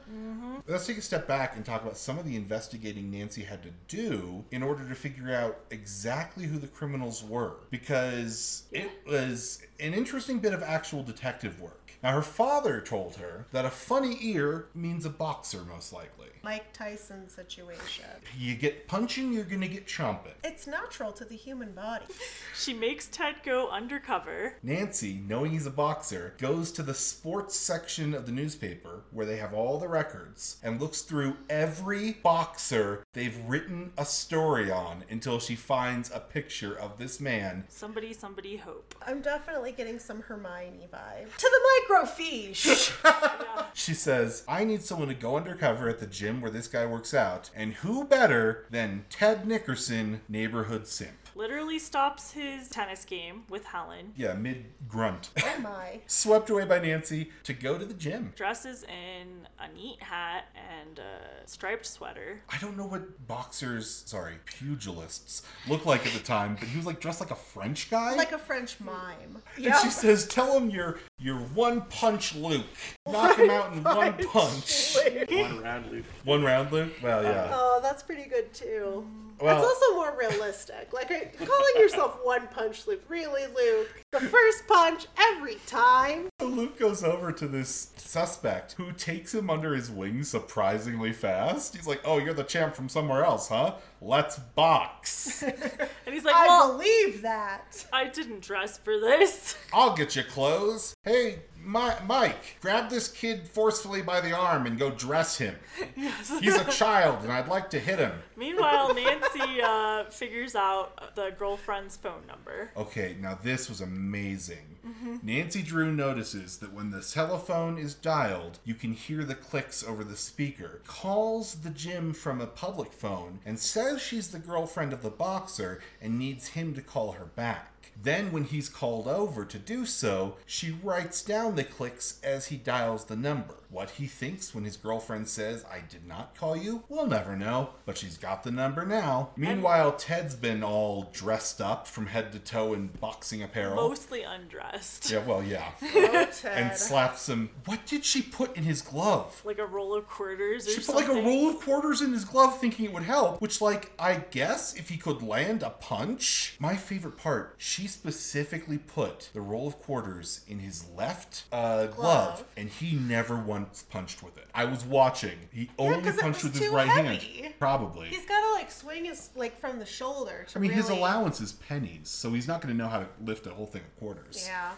Let's take a step back and talk about some of the investigating Nancy had to do in order to figure out exactly who the criminals were, because it was an interesting bit of actual detective work. Now, her father told her that a funny ear means a boxer, most likely. Mike Tyson situation. You get punching, you're gonna get chomping. It's natural to the human body. She makes Ted go undercover. Nancy, knowing he's a boxer, goes to the sports section of the newspaper where they have all the records and looks through every boxer they've written a story on until she finds a picture of this man. Somebody, somebody, hope. I'm definitely getting some Hermione vibe. To the microfiche! She says, I need someone to go undercover at the gym where this guy works out, and who better than Ted Nickerson, neighborhood simp? Literally stops his tennis game with Helen, Yeah, mid grunt. oh my. Swept away by Nancy to go to the gym. dresses in a neat hat and a striped sweater. I don't know what boxers, sorry, pugilists look like at the time, but he was like dressed like a French guy. Like a French mime. and she says, "Tell him you're you're one punch Luke. Knock him out in one punch. One round loop. One round Luke. Well, yeah. Oh, that's pretty good too. Well- it's also more realistic. Like I, calling yourself one punch Luke. Really, Luke? The first punch every time. So Luke goes over to this suspect who takes him under his wing surprisingly fast. He's like, "Oh, you're the champ from somewhere else, huh? Let's box. And he's like, I well, believe that. I didn't dress for this. I'll get you clothes. Hey." My, Mike, grab this kid forcefully by the arm and go dress him. He's a child and I'd like to hit him. Meanwhile, Nancy uh, figures out the girlfriend's phone number. Okay, now this was amazing. Nancy Drew notices that when the telephone is dialed, you can hear the clicks over the speaker. Calls the gym from a public phone and says she's the girlfriend of the boxer and needs him to call her back. Then, when he's called over to do so, she writes down the clicks as he dials the number. What he thinks when his girlfriend says, I did not call you, we'll never know, but she's got the number now. Meanwhile, Ted's been all dressed up from head to toe in boxing apparel. Mostly undressed. yeah, well, yeah. Oh, And Ted. slaps him. What did she put in his glove? Like a roll of quarters or She put something. like a roll of quarters in his glove thinking it would help, which, like, I guess if he could land a punch. My favorite part, she specifically put the roll of quarters in his left uh, glove, Glove. and he never once punched with it. I was watching. He only 'cause it punched was with his too right heavy. hand. Probably. He's gotta like swing his like from the shoulder to I mean, really... his allowance is pennies, so he's not going to know how to lift a whole thing of quarters. Yeah.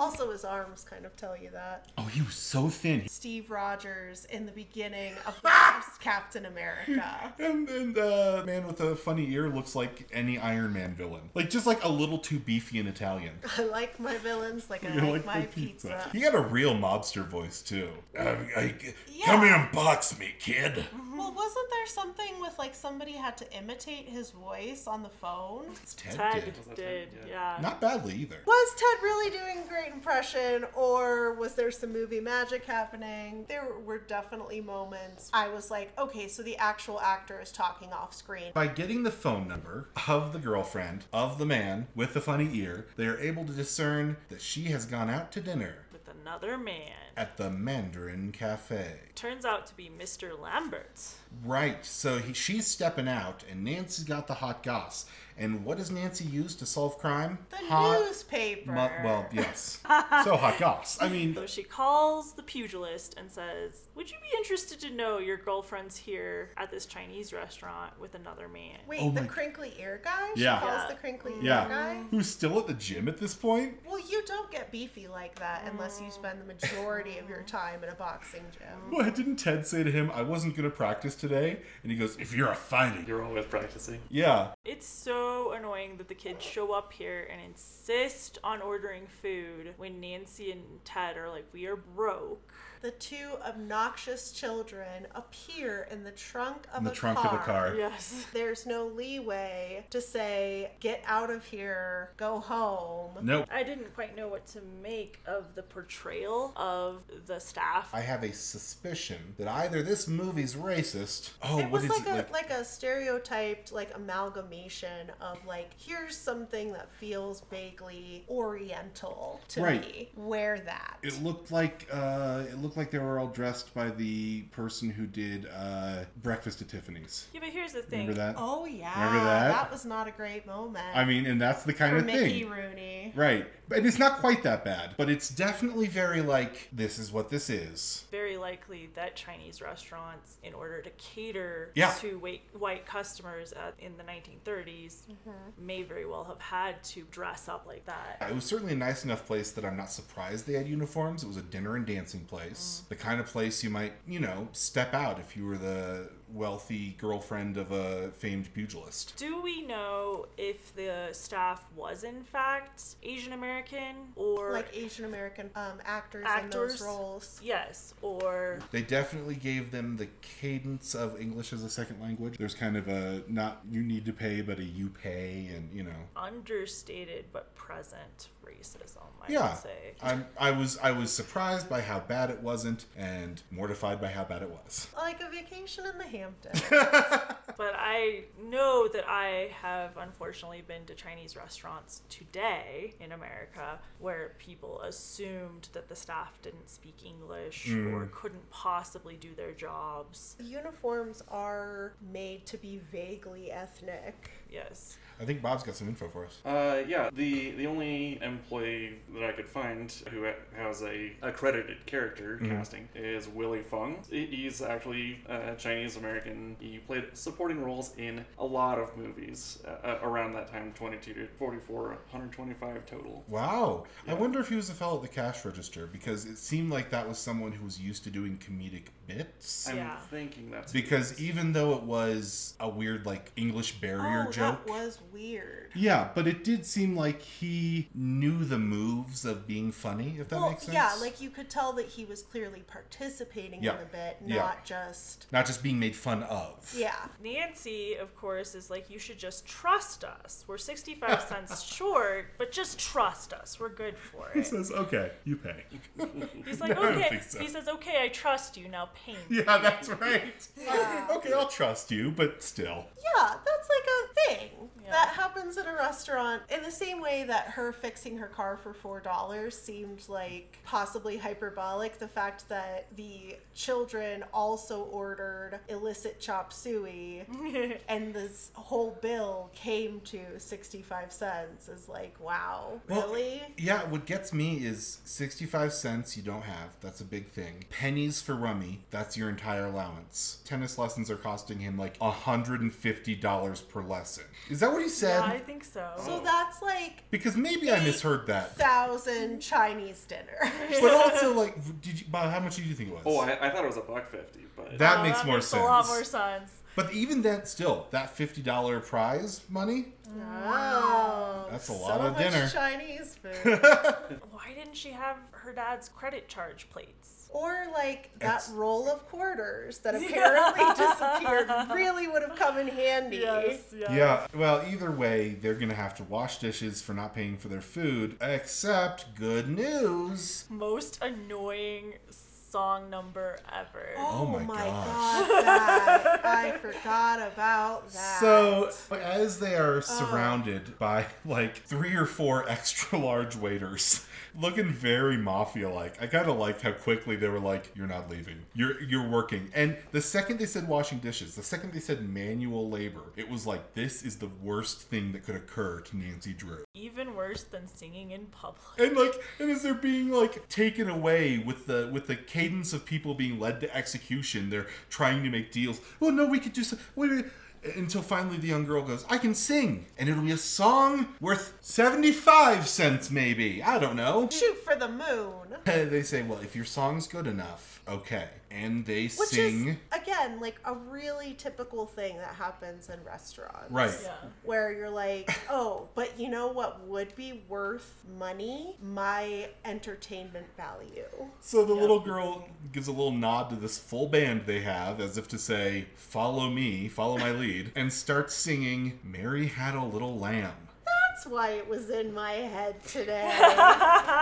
Also, his arms kind of tell you that. Oh, he was so thin. He- Steve Rogers in the beginning of the first Captain America. And and uh, man with a funny ear looks like any Iron Man villain, like just like a little too beefy and Italian. I like my villains like I You like, like my the pizza. He had a real mobster voice too. Yeah. Um, Come here and box me, kid. Well, wasn't there something with like somebody had to imitate his voice on the phone? It's Ted, Ted did. did, Yeah. yeah. Not badly either. Was Ted really doing a great impression, or was there some movie magic happening? There were definitely moments I was like, okay, so the actual actor is talking off screen. By getting the phone number of the girlfriend of the man with the funny ear, they are able to discern that she has gone out to dinner With another man. at the Mandarin Cafe. turns out to be Mr. Lambert. Right. So he, she's stepping out, and Nancy's got the hot goss. And what does Nancy use to solve crime? The hot newspaper. mu- well, yes. so hot goss. I mean, So she calls the pugilist and says, Would you be interested to know your girlfriend's here at this Chinese restaurant with another man? Wait, Oh the my- crinkly ear guy? Yeah. She calls Yeah. the crinkly Yeah. ear guy? who's still at the gym at this point? Well, you don't get beefy like that unless you spend the majority of your time in a boxing gym. What didn't Ted say to him? I wasn't going to practice today. And he goes, "If you're a fighter, You're always practicing. yeah." It's so annoying that the kids show up here and insist on ordering food when Nancy and Ted are like, We are broke. the two obnoxious children appear in the trunk of in the a trunk car. of a car. Yes. There's no leeway to say, get out of here, go home. Nope. I didn't quite know what to make of the portrayal of the staff. I have a suspicion that either this movie's racist. Oh, it what was is like it a like? like a stereotyped like amalgamation of like here's something that feels vaguely oriental to Right. me. Wear that. It looked like uh, it looked like they were all dressed by the person who did uh, Breakfast at Tiffany's. Yeah, but here's the thing. Remember that? oh yeah. Remember that? was not a great moment. I mean, and that's the kind for of thing. Mickey Rooney. Right. And it's not quite that bad, but it's definitely very like, this is what this is. Very likely that Chinese restaurants, in order to cater Yeah. to wait, white customers at, in the 1930s, may very well have had to dress up like that. It was certainly a nice enough place that I'm not surprised they had uniforms. It was a dinner and dancing place. The kind of place you might, you know, step out if you were the wealthy girlfriend of a famed pugilist. Do we know if the staff was in fact Asian American or Like Asian American um, actors, in Actors. those roles. yes or They definitely gave them the cadence of English as a second language. There's kind of a not you need to pay, but a you pay, and you know. understated but present racism? I Yeah, would say. I, I was I was surprised by how bad it wasn't, and mortified by how bad it was. Like a vacation in the Hamptons. But I know that I have unfortunately been to Chinese restaurants today in America where people assumed that the staff didn't speak English Hmm. or couldn't possibly do their jobs. Uniforms are made to be vaguely ethnic. Yes. I think Bob's got some info for us. Uh, yeah, the the only employee that I could find who ha- has a accredited character Mm-hmm. casting is Willie Fung. He- He's actually uh, Chinese American. He played supporting roles in a lot of movies uh, uh, around that time, 22 to 44, 125 total. Wow. I wonder if he was a fellow at the cash register because it seemed like that was someone who was used to doing comedic bits. I'm Yeah. thinking that's Because even though it was a weird, like, English barrier oh, joke. that was weird. Yeah, but it did seem like he knew the moves of being funny, if that well, makes sense. yeah, like you could tell that he was clearly participating Yeah. in the bit, Yeah. not just Not just being made fun of. yeah. Nancy, of course, is like, you should just trust us. We're 65 cents short, but just trust us. We're good for it. says, okay, you pay. He's like, No, I don't okay. think so. He says, okay, I trust you. Now paint. Yeah, that's right. Yeah. okay, I'll trust you, but still. Yeah, that's like a thing Yeah. that happens at a restaurant in the same way that her fixing her car for four dollars seemed like possibly hyperbolic. The fact that the children also ordered illicit chop suey and this whole bill came to 65 cents is like, wow, Well, really? Yeah, what gets me is 65 cents you don't have. That's a big thing. Pennies for rummy. That's your entire allowance. Tennis lessons are costing him like $150 per lesson. Is that what he said? Yeah, I think so. So e that's like because maybe I misheard that. thousand Chinese dinners. But also, like, did you, Bob, how much did you think it was? Oh, I, I thought it was a buck fifty, but that Oh, makes more sense. A lot more sense. But even that, still, that $50 prize money, Wow. That's a So lot of much dinner. Chinese food. Why didn't she have her dad's credit charge plates? or like that It's- roll of quarters that apparently disappeared really would have come in handy. Yeah, well, either way, they're going to have to wash dishes for not paying for their food. Except, good news. Most annoying song number ever. Oh my gosh. god, that. I forgot about that. So as they are surrounded by like three or four extra large waiters, looking very mafia like. I kind of liked how quickly they were like, "You're not leaving. You're you're working." And the second they said washing dishes, the second they said manual labor, it was like this is the worst thing that could occur to Nancy Drew. Even worse than singing in public. And like, and as they're being like taken away with the with the Oh, cadence of people being led to execution, they're trying to make deals. Well, no, we could do so. Wait, wait, Until finally the young girl goes, I can sing. And it'll be a song worth 75 cents, maybe. I don't know. Shoot for the moon. They say, well, if your song's good enough, okay. And they Which sing. is, again, like a really typical thing that happens in restaurants. Right. Yeah. Where you're like, oh, but you know what would be worth money? My entertainment value. So the little girl gives a little nod to this full band they have, as if to say, Follow me, follow my lead, and starts singing, Mary Had a Little Lamb. That's why it was in my head today.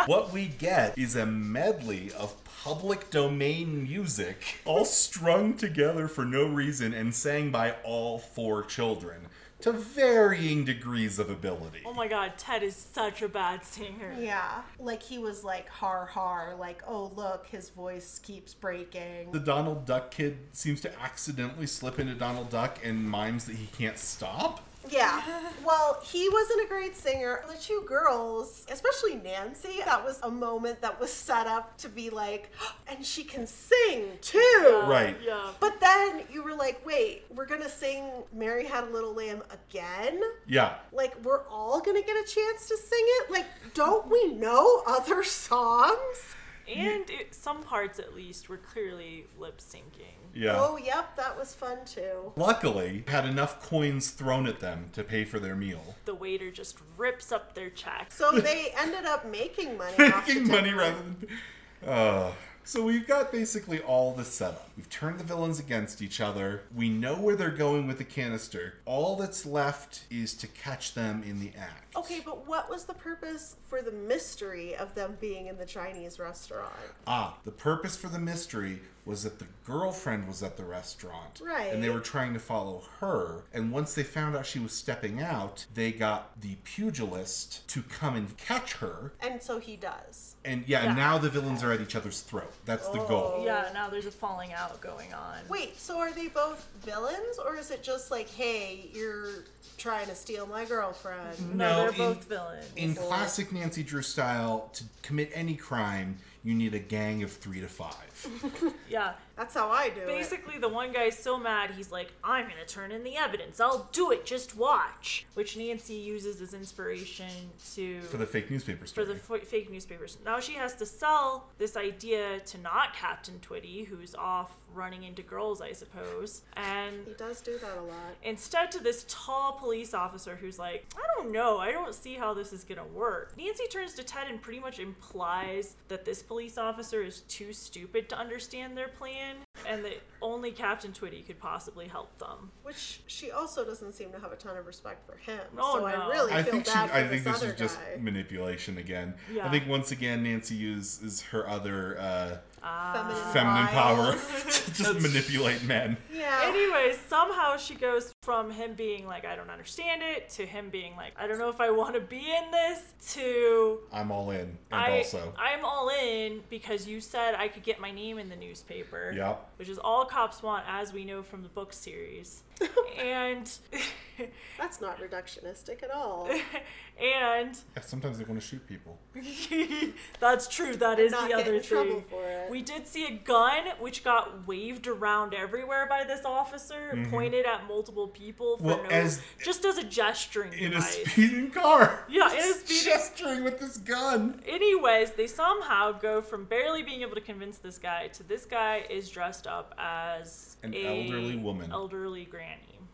What we get is a medley of public domain music, all strung together for no reason and sang by all four children to varying degrees of ability. Oh my god, Ted is such a bad singer. Yeah. Like he was like har har, like, oh look, his voice keeps The breaking. Donald Duck kid seems to accidentally slip into Donald Duck and mimes that he can't stop. Yeah. Well, he wasn't a great singer. The two girls, especially Nancy, that was a moment that was set up to be like, and she can sing too. Right. Uh, Yeah. But then you were like, wait, we're gonna sing Mary Had a Little Lamb again? Yeah. Like, we're all gonna get a chance to sing it? Like, don't we know other songs? And it, some parts, at least, were clearly lip syncing. Yeah. Oh, yep, that was fun too. Luckily, had enough coins thrown at them to pay for their meal. The waiter just rips up their check. So they ended up making money. off the Making money dinner. rather than. Uh, so we've got basically all the setup. We've turned the villains against each other. We know where they're going with the canister. All that's left is to catch them in the act. Okay, but what was the purpose for the mystery of them being in the Chinese restaurant? Ah, the purpose for the mystery was that the girlfriend was at the restaurant. Right. And they were trying to follow her. And once they found out she was stepping out, they got the pugilist to come and catch her. And so he does. And yeah, Yeah. Oh. and now the villains are at each other's throat. That's the goal. Yeah, now there's a falling out going on. Wait, so are they both villains, or is it just like, hey, you're trying to steal my girlfriend? no, they're in- both villains. In classic Nancy Drew style, to commit any crime, you need a gang of three to five. yeah. That's how I do it. Basically, the one guy's so mad, he's like, I'm gonna turn in the evidence. I'll do it, just watch. Which Nancy uses as inspiration to. For the fake newspaper for story. the f- fake newspapers. Now she has to sell this idea to not Captain Twitty, who's off running into girls, I suppose, and He does do that a lot. instead to this tall police officer who's like, I don't know, I don't see how this is gonna work. Nancy turns to Ted and pretty much implies that this police officer is too stupid to understand their plan, and that only Captain Twitty could possibly help them. Which she also doesn't seem to have a ton of respect for him. Oh, so I no. really I feel think she. bad for I think this, this other is just guy. manipulation again. I Yeah. think once again Nancy uses her other uh, Feminine, feminine power wiles. to just manipulate men. Yeah. Anyways, somehow she goes from him being like, I don't understand it, to him being like, I don't know if I want to be in this, to I'm all in, and I, also. I'm all in because you said I could get my name in the newspaper. Yep. Which is all cops want, as we know from the book series. and That's not reductionistic at all. and Yeah, sometimes they want to shoot people. that's true. That is not the get other in trouble thing. for it. We did see a gun which got waved around everywhere by this officer, pointed at multiple people for Mm-hmm. Well, no, as- just as a gesturing In a device. speeding car. Yeah, in a speeding- Gesturing with this gun. Anyways, they somehow go from barely being able to convince this guy to this guy is dressed up as An a elderly woman. elderly granny.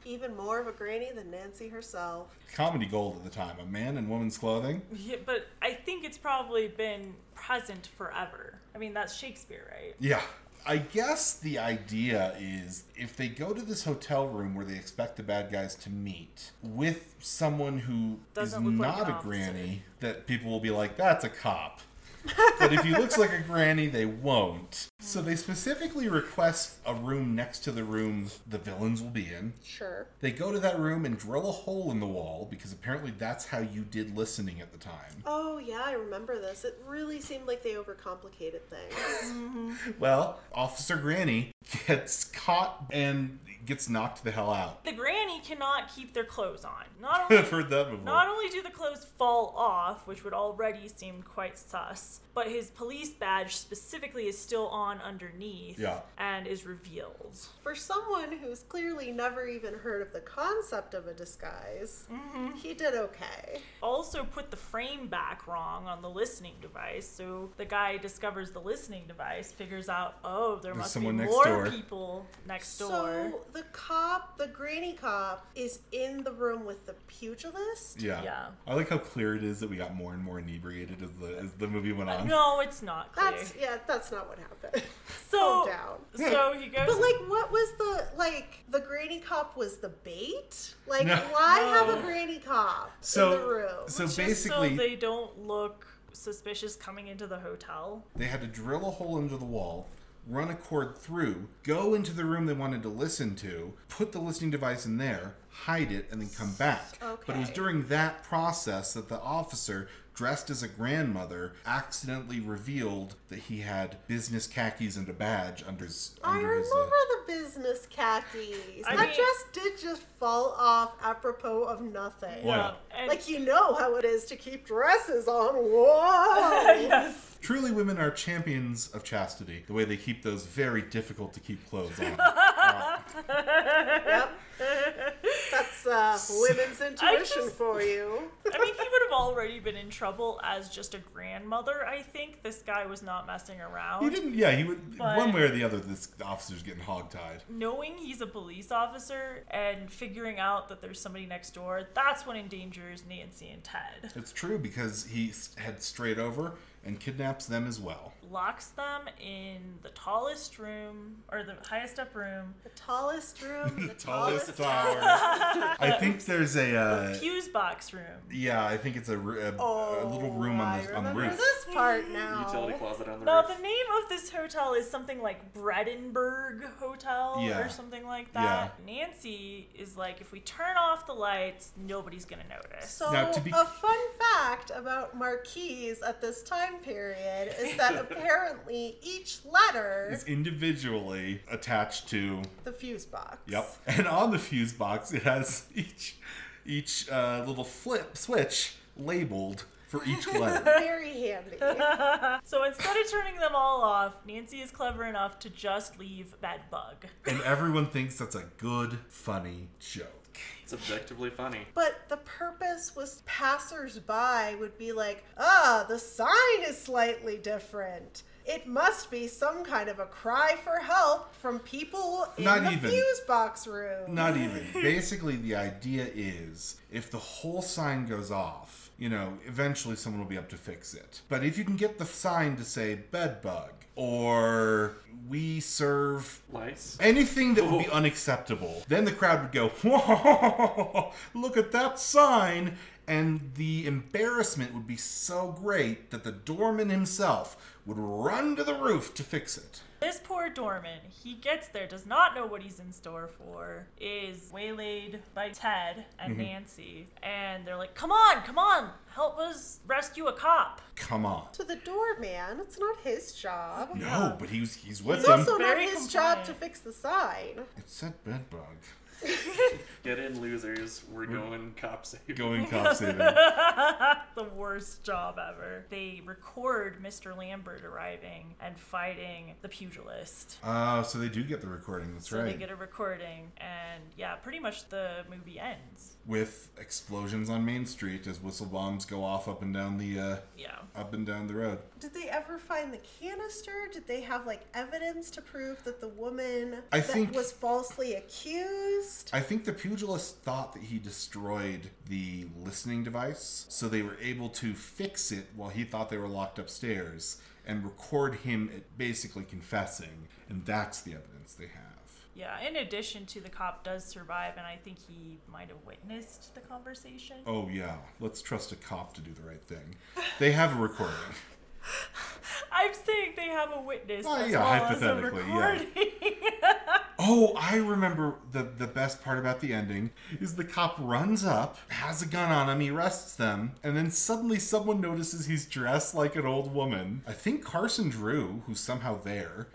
Even more of a granny than Nancy herself. Comedy gold at the time. A man in woman's clothing. Yeah, but I think it's probably been present forever. I mean, that's Shakespeare, right? Yeah. I guess the idea is if they go to this hotel room where they expect the bad guys to meet with someone who is Doesn't look like not an a officer. granny, that people will be like, that's a cop. but if he looks like a granny, they won't. So they specifically request a room next to the room the villains will be in. Sure. They go to that room and drill a hole in the wall because apparently that's how you did listening at the time. Oh, yeah, I remember this. It really seemed like they overcomplicated things. Well, Officer Granny gets caught and gets knocked the hell out. The granny cannot keep their clothes on. Not only I've heard that before. Not only do the clothes fall off, which would already seem quite sus, but his police badge specifically is still on underneath Yeah. and is revealed. For someone who's clearly never even heard of the concept of a disguise, he did okay. Also, put the frame back wrong on the listening device, so the guy discovers the listening device, figures out, oh, there There's must someone be next more door." people next door. So the cop, the granny cop, is in the room with the pugilist. yeah. Yeah. I like how clear it is that we got more and more inebriated as the as the movie went on. no, it's not clear. That's yeah, that's not what happened. so, Calm down. so he goes. But like, what was the like? The granny cop was the bait. Like, No. why have No. a granny cop So- in the room? so Just basically- so they don't look suspicious coming into the hotel. They had to drill a hole into the wall, run a cord through, go into the room they wanted to listen to, put the listening device in there, hide it, and then come back. But it was Okay. during that process that the officer, dressed as a grandmother, accidentally revealed that he had business khakis and a badge under his. I under his, uh, remember the business khakis. I that mean- dress did just fall off apropos of nothing. Yeah. Um, and- Like you know how it is to keep dresses on. Whoa! yes. Truly, women are champions of chastity. The way they keep those very difficult to keep clothes on. yep. That's uh, women's intuition just- for you. I mean, he would have already been in trouble as just a grandmother, I think. This guy was not messing around. he didn't. Yeah, he would. But- one way or the other, this officer's getting hogtied. Knowing he's a police officer and figuring out that there's somebody next door, that's what endangers Nancy and Ted. It's true because he s- had strayed over and kidnaps them as well. Locks them in the tallest room, or the highest up room, The tallest room, the Tallest tallest tower. I think there's a. Uh, fuse box room. yeah, I think it's a, ru- a, a uh, little Oh, room on I the, on the roof. remember This part now. Utility closet on the Now, roof. the name of this hotel is something like Bredenberg Hotel Yeah. or something like that. Nancy is like, if we turn off the lights, nobody's going to notice. So, Now, to be- a fun fact about marquees at this time period is that apparently each letter, It's individually attached to. the fuse box. Yep. And on the fuse box, it has each each uh, little flip switch labeled for each letter. Very handy. So instead of turning them all off, Nancy is clever enough to just leave that bug. and everyone thinks that's a good, funny joke. It's objectively funny. But the purpose was passersby would be like, ah, the sign is slightly different. It must be some kind of a cry for help from people in Not the even. fuse box room. Not even. Basically, the idea is if the whole sign goes off, you know, eventually someone will be up to fix it. But if you can get the sign to say bed bug or we serve Lice. anything that would be Ooh. unacceptable, then the crowd would go, whoa, look at that sign. And the embarrassment would be so great that the doorman himself would run to the roof to fix it. This poor doorman, he gets there, does not know what he's in store for, is waylaid by Ted and Mm-hmm. Nancy, and they're like, come on, come on, help us rescue a cop. Come on. To the doorman, it's not his job. No, but he's he's with It's them. also not Very his job compliant. to fix the sign. It said bed bug. Get in, losers. We're going cop safe. Going cop saving. the worst job ever. They record Mr. Lambert arriving and fighting the pugilist. Oh, so they do get the recording. That's So right. they get a recording, and yeah, pretty much the movie ends. With explosions on Main Street as whistle bombs go off up and down the uh, Yeah. up and down the road. Did they ever find the canister? Did they have like evidence to prove that the woman I that think- was falsely accused? I think the pugilist thought that he destroyed the listening device, so they were able to fix it while he thought they were locked upstairs and record him basically confessing, and that's the evidence they have. Yeah, in addition to the cop does survive, and I think he might have witnessed the conversation. Oh yeah, let's trust a cop to do the right thing. They have a recording. I'm saying they have a witness Oh, as yeah, well as a hypothetically, yeah. recording. Oh, I remember the the best part about the ending is the cop runs up, has a gun on him, he arrests them, and then suddenly someone notices he's dressed like an old woman. I think Carson Drew, who's somehow there,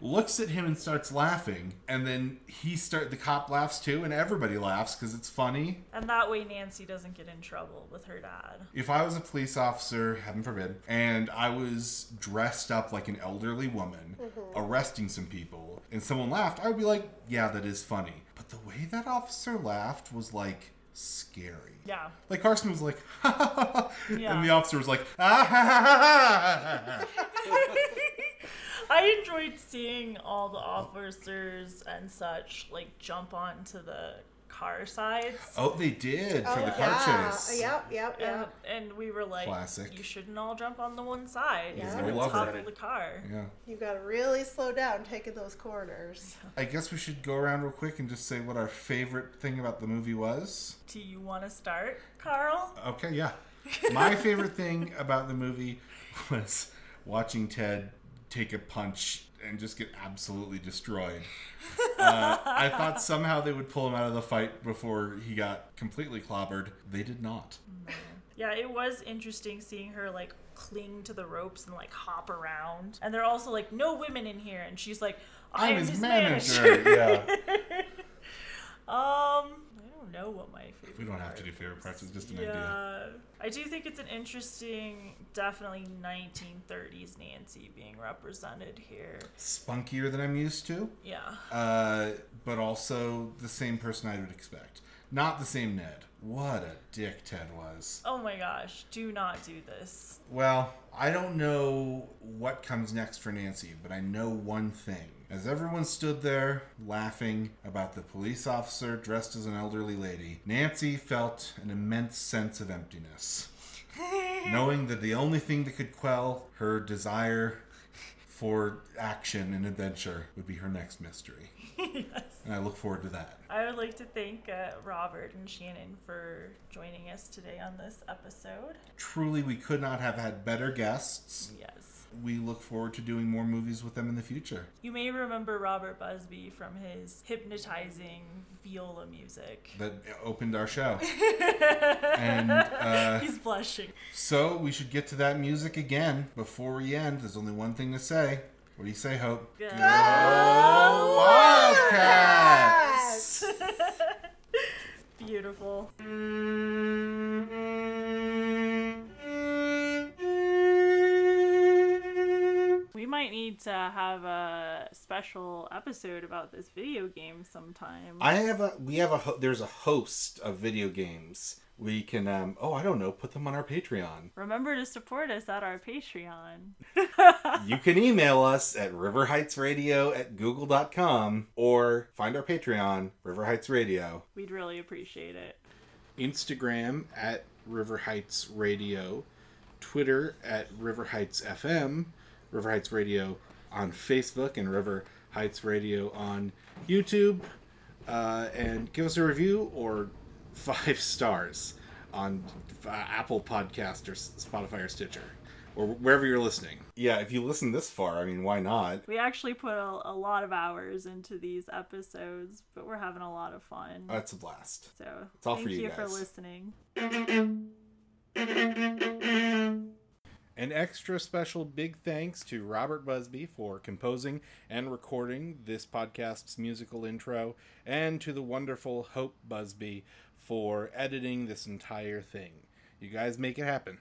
looks at him and starts laughing, and then he start the cop laughs too, and everybody laughs because it's funny. And that way Nancy doesn't get in trouble with her dad. If I was a police officer, heaven forbid, and I was dressed up like an elderly woman Mm-hmm. arresting some people and someone laughed, I would be like, yeah, that is funny. But the way that officer laughed was like scary. Yeah. Like Carson was like, ha ha ha, ha, Yeah. and the officer was like, ah ha ha ha, ha ha, ha. I enjoyed seeing all the officers and such like jump onto the car sides. Oh, they did for the car yeah. chase. Yep, yep, And, yep. and we were like, Classic. you shouldn't all jump on the one side. Yeah. It's Yeah, gonna I love topple that. the car. Yeah. You've got to really slow down taking those corners. I guess we should go around real quick and just say what our favorite thing about the movie was. Do you want to start, Carl? Okay, yeah. My favorite thing about the movie was watching Ted take a punch and just get absolutely destroyed. Uh, I thought somehow they would pull him out of the fight before he got completely clobbered. They did not. Yeah, it was interesting seeing her like cling to the ropes and like hop around. And they're also like, no women in here. And she's like, I am his manager. yeah. Um, I don't know what my favorite. We don't have to do part favorite parts, it's just an yeah. idea. I do think it's an interesting, definitely 1930s Nancy being represented here. Spunkier than I'm used to, Yeah. uh, but also the same person I would expect. Not the same Ned. What a dick Ted was. Oh my gosh, do not do this. Well, I don't know what comes next for Nancy, but I know one thing. As everyone stood there laughing about the police officer dressed as an elderly lady, Nancy felt an immense sense of emptiness, knowing that the only thing that could quell her desire for action and adventure would be her next mystery. And I look forward to that. I would like to thank uh, Robert and Shannon for joining us today on this episode. Truly, we could not have had better guests. Yes. We look forward to doing more movies with them in the future. You may remember Robert Busby from his hypnotizing viola music. that opened our show. and uh, He's blushing. so we should get to that music again before we end. There's only one thing to say. What do you say, Hope? Go Wildcats! Beautiful. We might need to have a special episode about this video game sometime. I have a. We have a. ho- There's a host of video games. We can. Um, oh, I don't know. Put them on our Patreon. Remember to support us at our Patreon. you can email us at riverheightsradio at google.com or find our Patreon, River Heights Radio. We'd really appreciate it. Instagram at River Heights Radio, Twitter at River Heights FM, River Heights Radio on Facebook, and River Heights Radio on YouTube. Uh, and give us a review or five stars on uh, Apple Podcast or S- Spotify or Stitcher or wherever you're listening. Yeah, if you listen this far, I mean, why not? We actually put a, a lot of hours into these episodes, but we're having a lot of fun. That's a blast. so Uh, it's all thank for you you for guys. listening. An extra special big thanks to Robert Busby for composing and recording this podcast's musical intro, and to the wonderful Hope Busby for editing this entire thing. You guys make it happen.